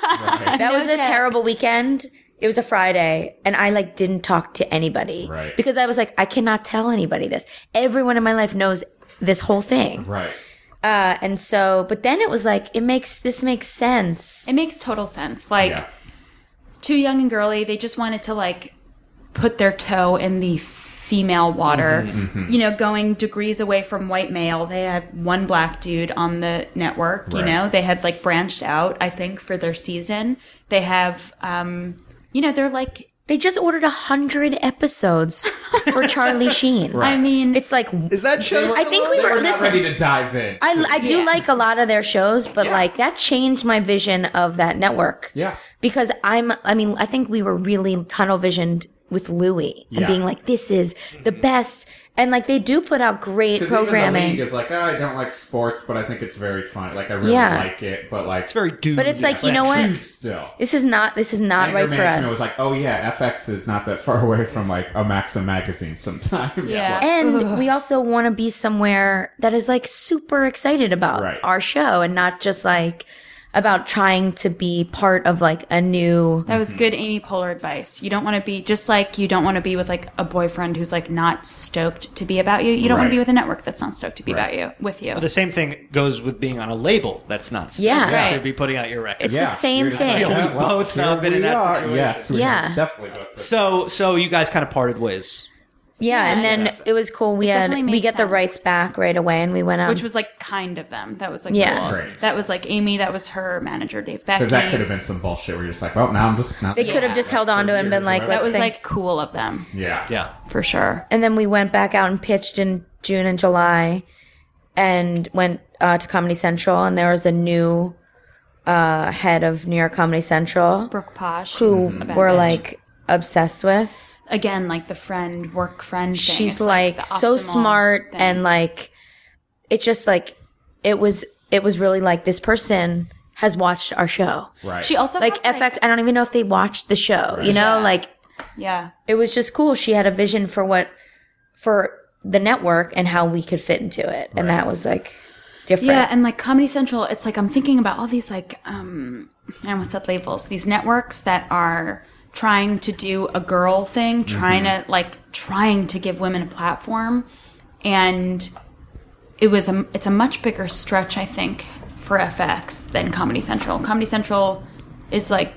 That was a
joke.
terrible weekend. It was a Friday, and I like didn't talk to anybody
Right.
because I was like, I cannot tell anybody this. Everyone in my life knows this whole thing,
Right.
uh, and so. But then it was like, it makes this makes sense.
It makes total sense. Like
Yeah.
too young and girly. They just wanted to like put their toe in the female water.
Mm-hmm,
You know, going degrees away from white male. They had one black dude on the network. You
Right.
know, they had like branched out. I think for their season, they have. um You know, they're like.
They just ordered a hundred episodes for Charlie Sheen.
I mean,
It's like
Is that show?
I think we
They
were
were not ready
listen.
to dive in.
I, I do
Yeah.
like a lot of their shows, but
Yeah.
like that changed my vision of that network.
yeah.
because I'm I mean I think we were really tunnel visioned with Louis and
Yeah.
being like this is the best and like they do put out great
Because even the
programming
league is like, oh, I don't like sports, but I think it's very fun. Like I really
Yeah.
like it, but like
It's very dude.
but it's like you
like
know what
crude Still.
this is not this is not
Anger
right for
management
us
was like, oh yeah, FX is not that far away from like a Maxim magazine sometimes.
Yeah.
Like,
and we also want to be somewhere that is like super excited about
Right.
our show and not just like about trying to be part of like a new
That was
Mm-hmm.
good Amy Poehler advice. You don't want to be just like you don't want to be with like a boyfriend who's like not stoked to be about you. You don't
Right.
want to be with a network that's not stoked to be
Right.
about you with you.
The same thing goes with being on a label that's not
Yeah.
that's
Right.
to be putting out your record.
it's
yeah.
the same
You're just like,
thing
Yeah.
oh,
We've
well,
both
here
now been in
we
that
are.
situation.
Yes, we
Yeah.
have definitely both. been-
So so you guys kind of parted ways.
yeah, and then it was cool we had
definitely
we
made
get the
sense.
rights back right away and we went out
which was like kind of them. That was like
Um, Yeah.
cool.
Great.
That was like Amy. That was her manager, Dave Beck.
Because that could have been some bullshit where you're just like, well, now I'm just not.
They could have just held on to it and been like,
That
let's
was
think.
like cool of them
yeah.
Yeah.
for sure.
and then we went back out and pitched in June and July, and went uh, to Comedy Central, and there was a new uh, head of New York Comedy Central,
Brooke Posh,
who
is a bad
we're
bitch.
like obsessed with.
Mm-hmm. again like the friend work friend. thing.
she's
It's,
like,
the
so
optimal
smart
thing.
and like it's just like it was it was really like this person has watched our show
Right.
she also
like
has,
fx i don't even know if they watched the show you know
Yeah.
like
yeah
it was just cool she had a vision for what for the network and how we could fit into it and that was like different
yeah and like Comedy Central. It's like I'm thinking about all these like um I almost said labels these networks that are trying to do a girl thing, trying to like trying to give women a platform, and it was a it's a much bigger stretch I think for FX than Comedy Central. Comedy Central is like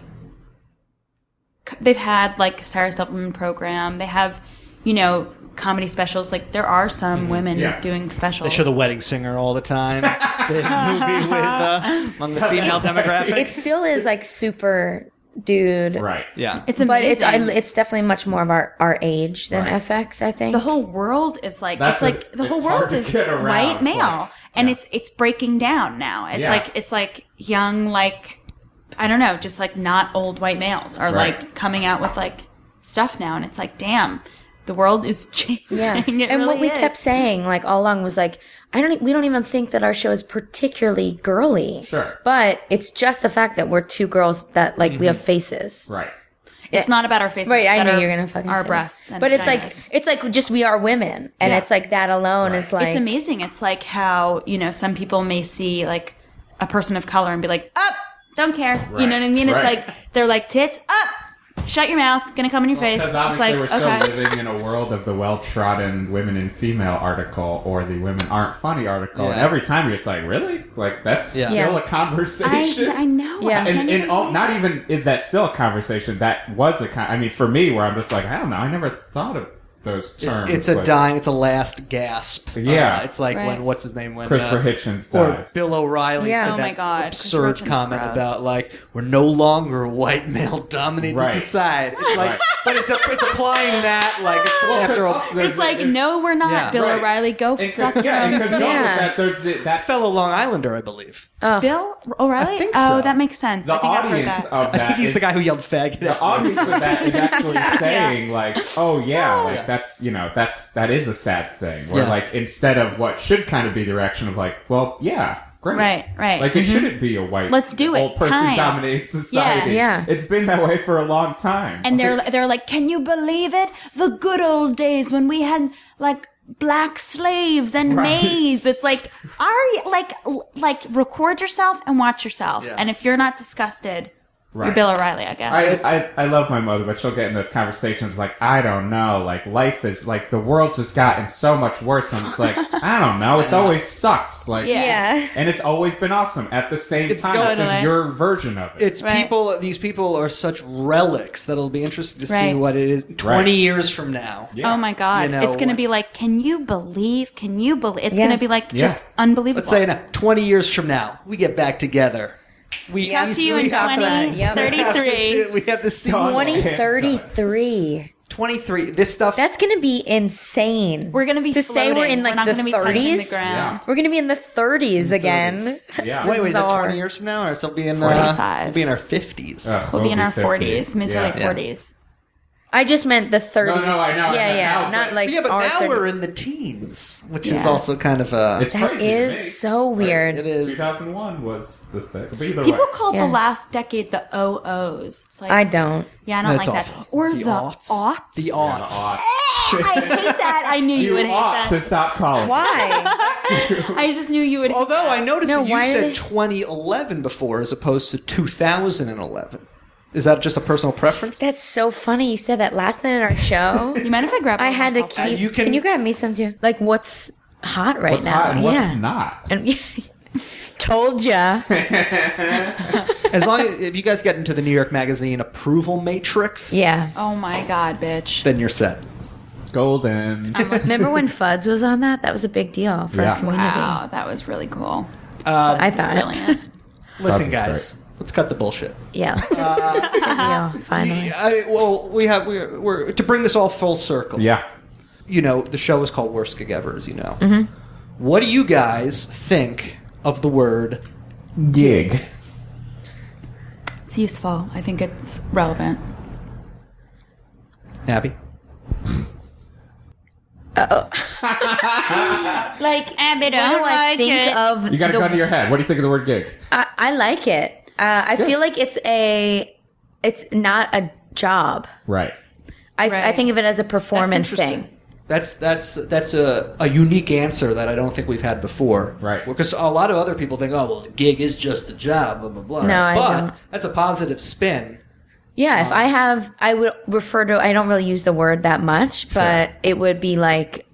they've had like Sarah Silverman program. They have, you know, comedy specials. Like there are some women
Yeah.
doing specials.
They show the wedding singer all the time. this movie with uh, among the female demographic.
it still is like super dude
right.
Yeah.
it's amazing.
but it's I, it's definitely much more of our our age than
Right.
fx i think
the whole world is like
That's
it's like
a-
the whole
it's hard
world
to
is
get around.
white
It's
male,
like-
and
yeah.
it's it's breaking down now. It's
Yeah.
like it's like young like I don't know, just like not old white males are
Right.
like coming out with like stuff now, and it's like damn, the world is changing.
Yeah,
It
and what
really
we
is.
kept saying like all along was like, I don't. e, We don't even think that our show is particularly girly.
Sure.
but it's just the fact that we're two girls that like we have faces.
Right.
it's not about our faces.
Right,
it's
I
about
know
our-
you're gonna fucking
our
say
breasts,
that.
and
but it's like
vaginas.
it's like just we are women, and
Yeah.
it's like that alone is like
it's amazing. It's like how you know some people may see like a person of color and be like, up, don't care. You know what I
Right,
mean? It's
right.
like they're like tits up, shut your mouth, gonna come in your face.
Because
It's
obviously
like
we're still
okay,
living in a world of the well-trodden women in female article or the women aren't funny article, and
Yeah.
every time you're just like, really? Like that's
Yeah.
still
Yeah.
a conversation.
I, I know.
Yeah.
I can't
and, and
even
all,
believe
not
it.
even is that still a conversation? That was a con- I mean, for me, where I'm just like, I don't know, I never thought of those terms.
It's a
like,
dying. It's a last gasp.
Yeah.
Uh, it's like
Right.
when what's his name when
Christopher
uh,
Hitchens
or
died.
Bill O'Reilly
Yeah.
said
Oh
my
that
God, Christopher
absurd
Hitchens
comment
gross.
about like we're no longer a white male dominated
Right.
society. It's like,
Right.
but it's, a, it's applying that like after a
There's
It's
a-
like
there's-
no, we're not.
Yeah.
Bill
Right.
O'Reilly, go
and 'cause-
fuck yourself.
yeah, because
Yeah.
that there's the, that
fellow Long Islander, I believe.
Bill O'Reilly.
I think so.
Oh, that makes sense.
the
I think
audience
I've heard that.
of that.
I think he's
is-
the guy who yelled faggot.
The
at me.
audience of that is actually saying like, "Oh yeah,
Yeah.
like that's you know that's that is a sad thing." Where
Yeah.
like instead of what should kind of be the reaction of like, "Well, yeah, great,
Right, right.
Like it
Mm-hmm.
shouldn't be a white,
Let's do it.
old person
Time.
dominated society.
Yeah.
it's been that way for a long time.
and they're they're like, "Can you believe it? The good old days when we had like black slaves and maids." It's like, are you like l- like record yourself and watch yourself, and if you're not disgusted, you're
Right.
Bill O'Reilly, I guess.
I, I, I love my mother, but she'll get in those conversations like, I don't know, like life is like the world's just gotten so much worse. I'm just like, I don't know, it's always sucks. Like,
Yeah.
yeah.
and it's always been awesome at the same
It's
time. It's
totally.
just your version of it.
It's
Right.
people. These people are such relics that it'll be interesting to see
Right.
what it is twenty years from now.
Yeah.
Oh my God!
You know,
it's gonna be
what's-
like, can you believe? Can you believe? It's
Yeah.
gonna be like just
Yeah.
unbelievable.
Let's say now, twenty years from now, we get back together. We
Talk
we-
to you in
we have
about it. Yep.
2033.
to- We have to see
Twenty thirty three.
twenty three. This stuff.
That's gonna be insane.
We're gonna be
to say we're
floating.
in like
not
the
gonna be touching
thirties.
The ground.
We're gonna be in the thirties again.
yeah.
wait, wait. is that
bizarre.
Twenty years from now, or so we'll be in uh,
45.
we'll be in our fifties.
Ugh,
We'll be in our
50.
40s, mid to
Yeah.
late 40s.
I just meant the 30s.
No, no, I know. I
Yeah,
meant
yeah,
now,
not
but-
like
yeah, but
our
now
30s.
we're in the teens, which is
Yeah.
also kind of a.
It's
That
crazy to
is
me.
so weird.
it is.
2001 was the thing. But either
People
way,
call
Yeah.
the last decade the OOs. It's like
I don't.
Yeah, I don't
That's
like
awful.
that. Or
The
the,
aughts.
aughts.
the
Yeah, the
aughts.
aughts.
I hate that. I knew you,
You
would hate
ought
that.
to stop calling.
Why?
I just knew you would. hate
Although I noticed
No,
that you
why do
said
they-
2011 before as opposed to 2011. Is that just a personal preference?
That's so funny. You said that last night at our show.
You mind if I grab?
Oh,
I
one
had to
myself?
keep.
you
you
can-
can, you grab me some too? Like, what's hot right
What's
now?
hot and what's
yeah.
not?
And, told ya.
as long as if you guys get into the New York Magazine approval matrix,
Yeah.
Oh my god, bitch!
then you're set.
Golden.
Oh.
Remember when Fuds was on that? That was a big deal for
Yeah.
our community.
Wow, that was really cool.
I
That's
thought.
brilliant.
Listen,
That's
guys, let's cut the bullshit.
Yeah.
Uh,
yeah. Finally.
I mean, well, we have we're, we're to bring this all full circle.
yeah.
you know, the show is called Worst Gig Ever, as you know.
Mm-hmm.
What do you guys think of the word
Gig.
it's useful. I think it's relevant.
Abby.
Like,
Abby,
what do I think of?
You got a
the-
gun to your head. What do you think of the word gig?
Uh,
I, I like it. Uh, I
Good.
feel like it's a, it's not a job.
Right.
I, I
Right.
think of it as a
That's
performance
interesting.
thing.
That's that's that's a, a unique answer that I don't think we've had before.
Right.
Because a lot of other people think, oh well, the gig is just a job, blah blah blah.
No, I
but
don't.
that's a positive spin.
Yeah,
Oh.
if I have, I would refer to. I don't really use the word that much, but it would be like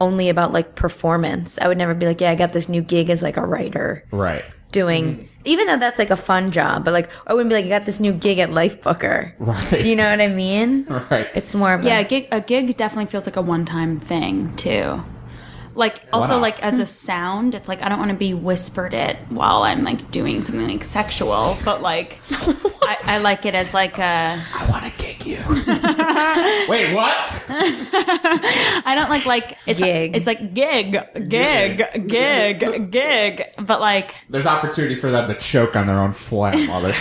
only about like performance. I would never be like, yeah, I got this new gig as like a writer
Right.
doing.
Mm-hmm.
Even though that's like a fun job, but like I wouldn't be like, I got this new gig at Life Booker.
Right.
Do you know what I mean?
Right.
It's more of
Yeah, a
a,
gig, a gig definitely feels like a one-time thing too. Like also
Wow.
like as a sound, it's like I don't want to be whispered it while I'm like doing something like sexual, but like I, I like it as like a
I want to gig you.
Wait, what?
I don't like like it's
Gig.
it's like gig gig
Gig.
gig gig, but like
There's opportunity for them to choke on their own phlegm while they're.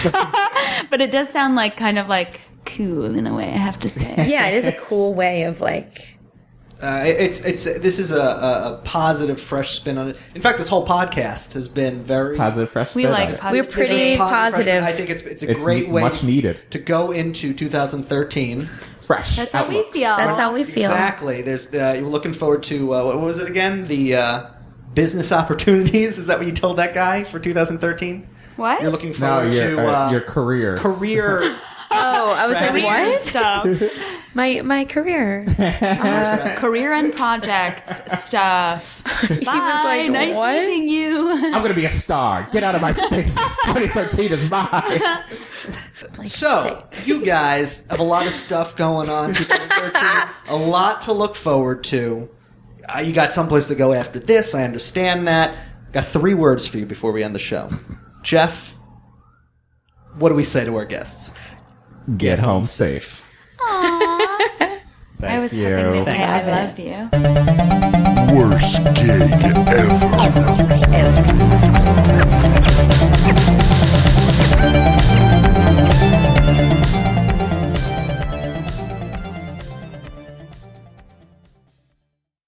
but it does sound like kind of like cool in a way. I have to say.
yeah, it is a cool way of like.
Uh, it- it's it's this is a, a, a positive, fresh spin on it. In fact, this whole podcast has been very
Positive fresh.
We
spin
like
on it.
positive-
We're pretty
fresh-
positive.
I think it's it's a
It's
great
ne-
way
much needed.
to go into 2013.
fresh.
That's how we
outlooks.
feel.
That's how we feel.
Exactly. There's uh, you're looking forward to uh, what was it again? The uh, business opportunities. Is that what you told that guy for 2013?
What?
You're looking
No,
forward
your,
to
uh,
uh,
your career.
career.
Oh, I was like,
Right.
Weird
what?
stuff.
My my career.
Uh, career and projects stuff. Bye.
like,
nice
"What?"
meeting you.
I'm gonna be a star. Get out of my face. 2013 is mine.
so you guys have a lot of stuff going on. 2013. a lot to look forward to. Uh, you got someplace to go after this. I understand that. Got three words for you before we end the show, Jeff. What do we say to our guests?
Get home safe. Thank
I was
you.
hoping we'd say
Thanks,
I
guys.
love you.
Worst gig ever.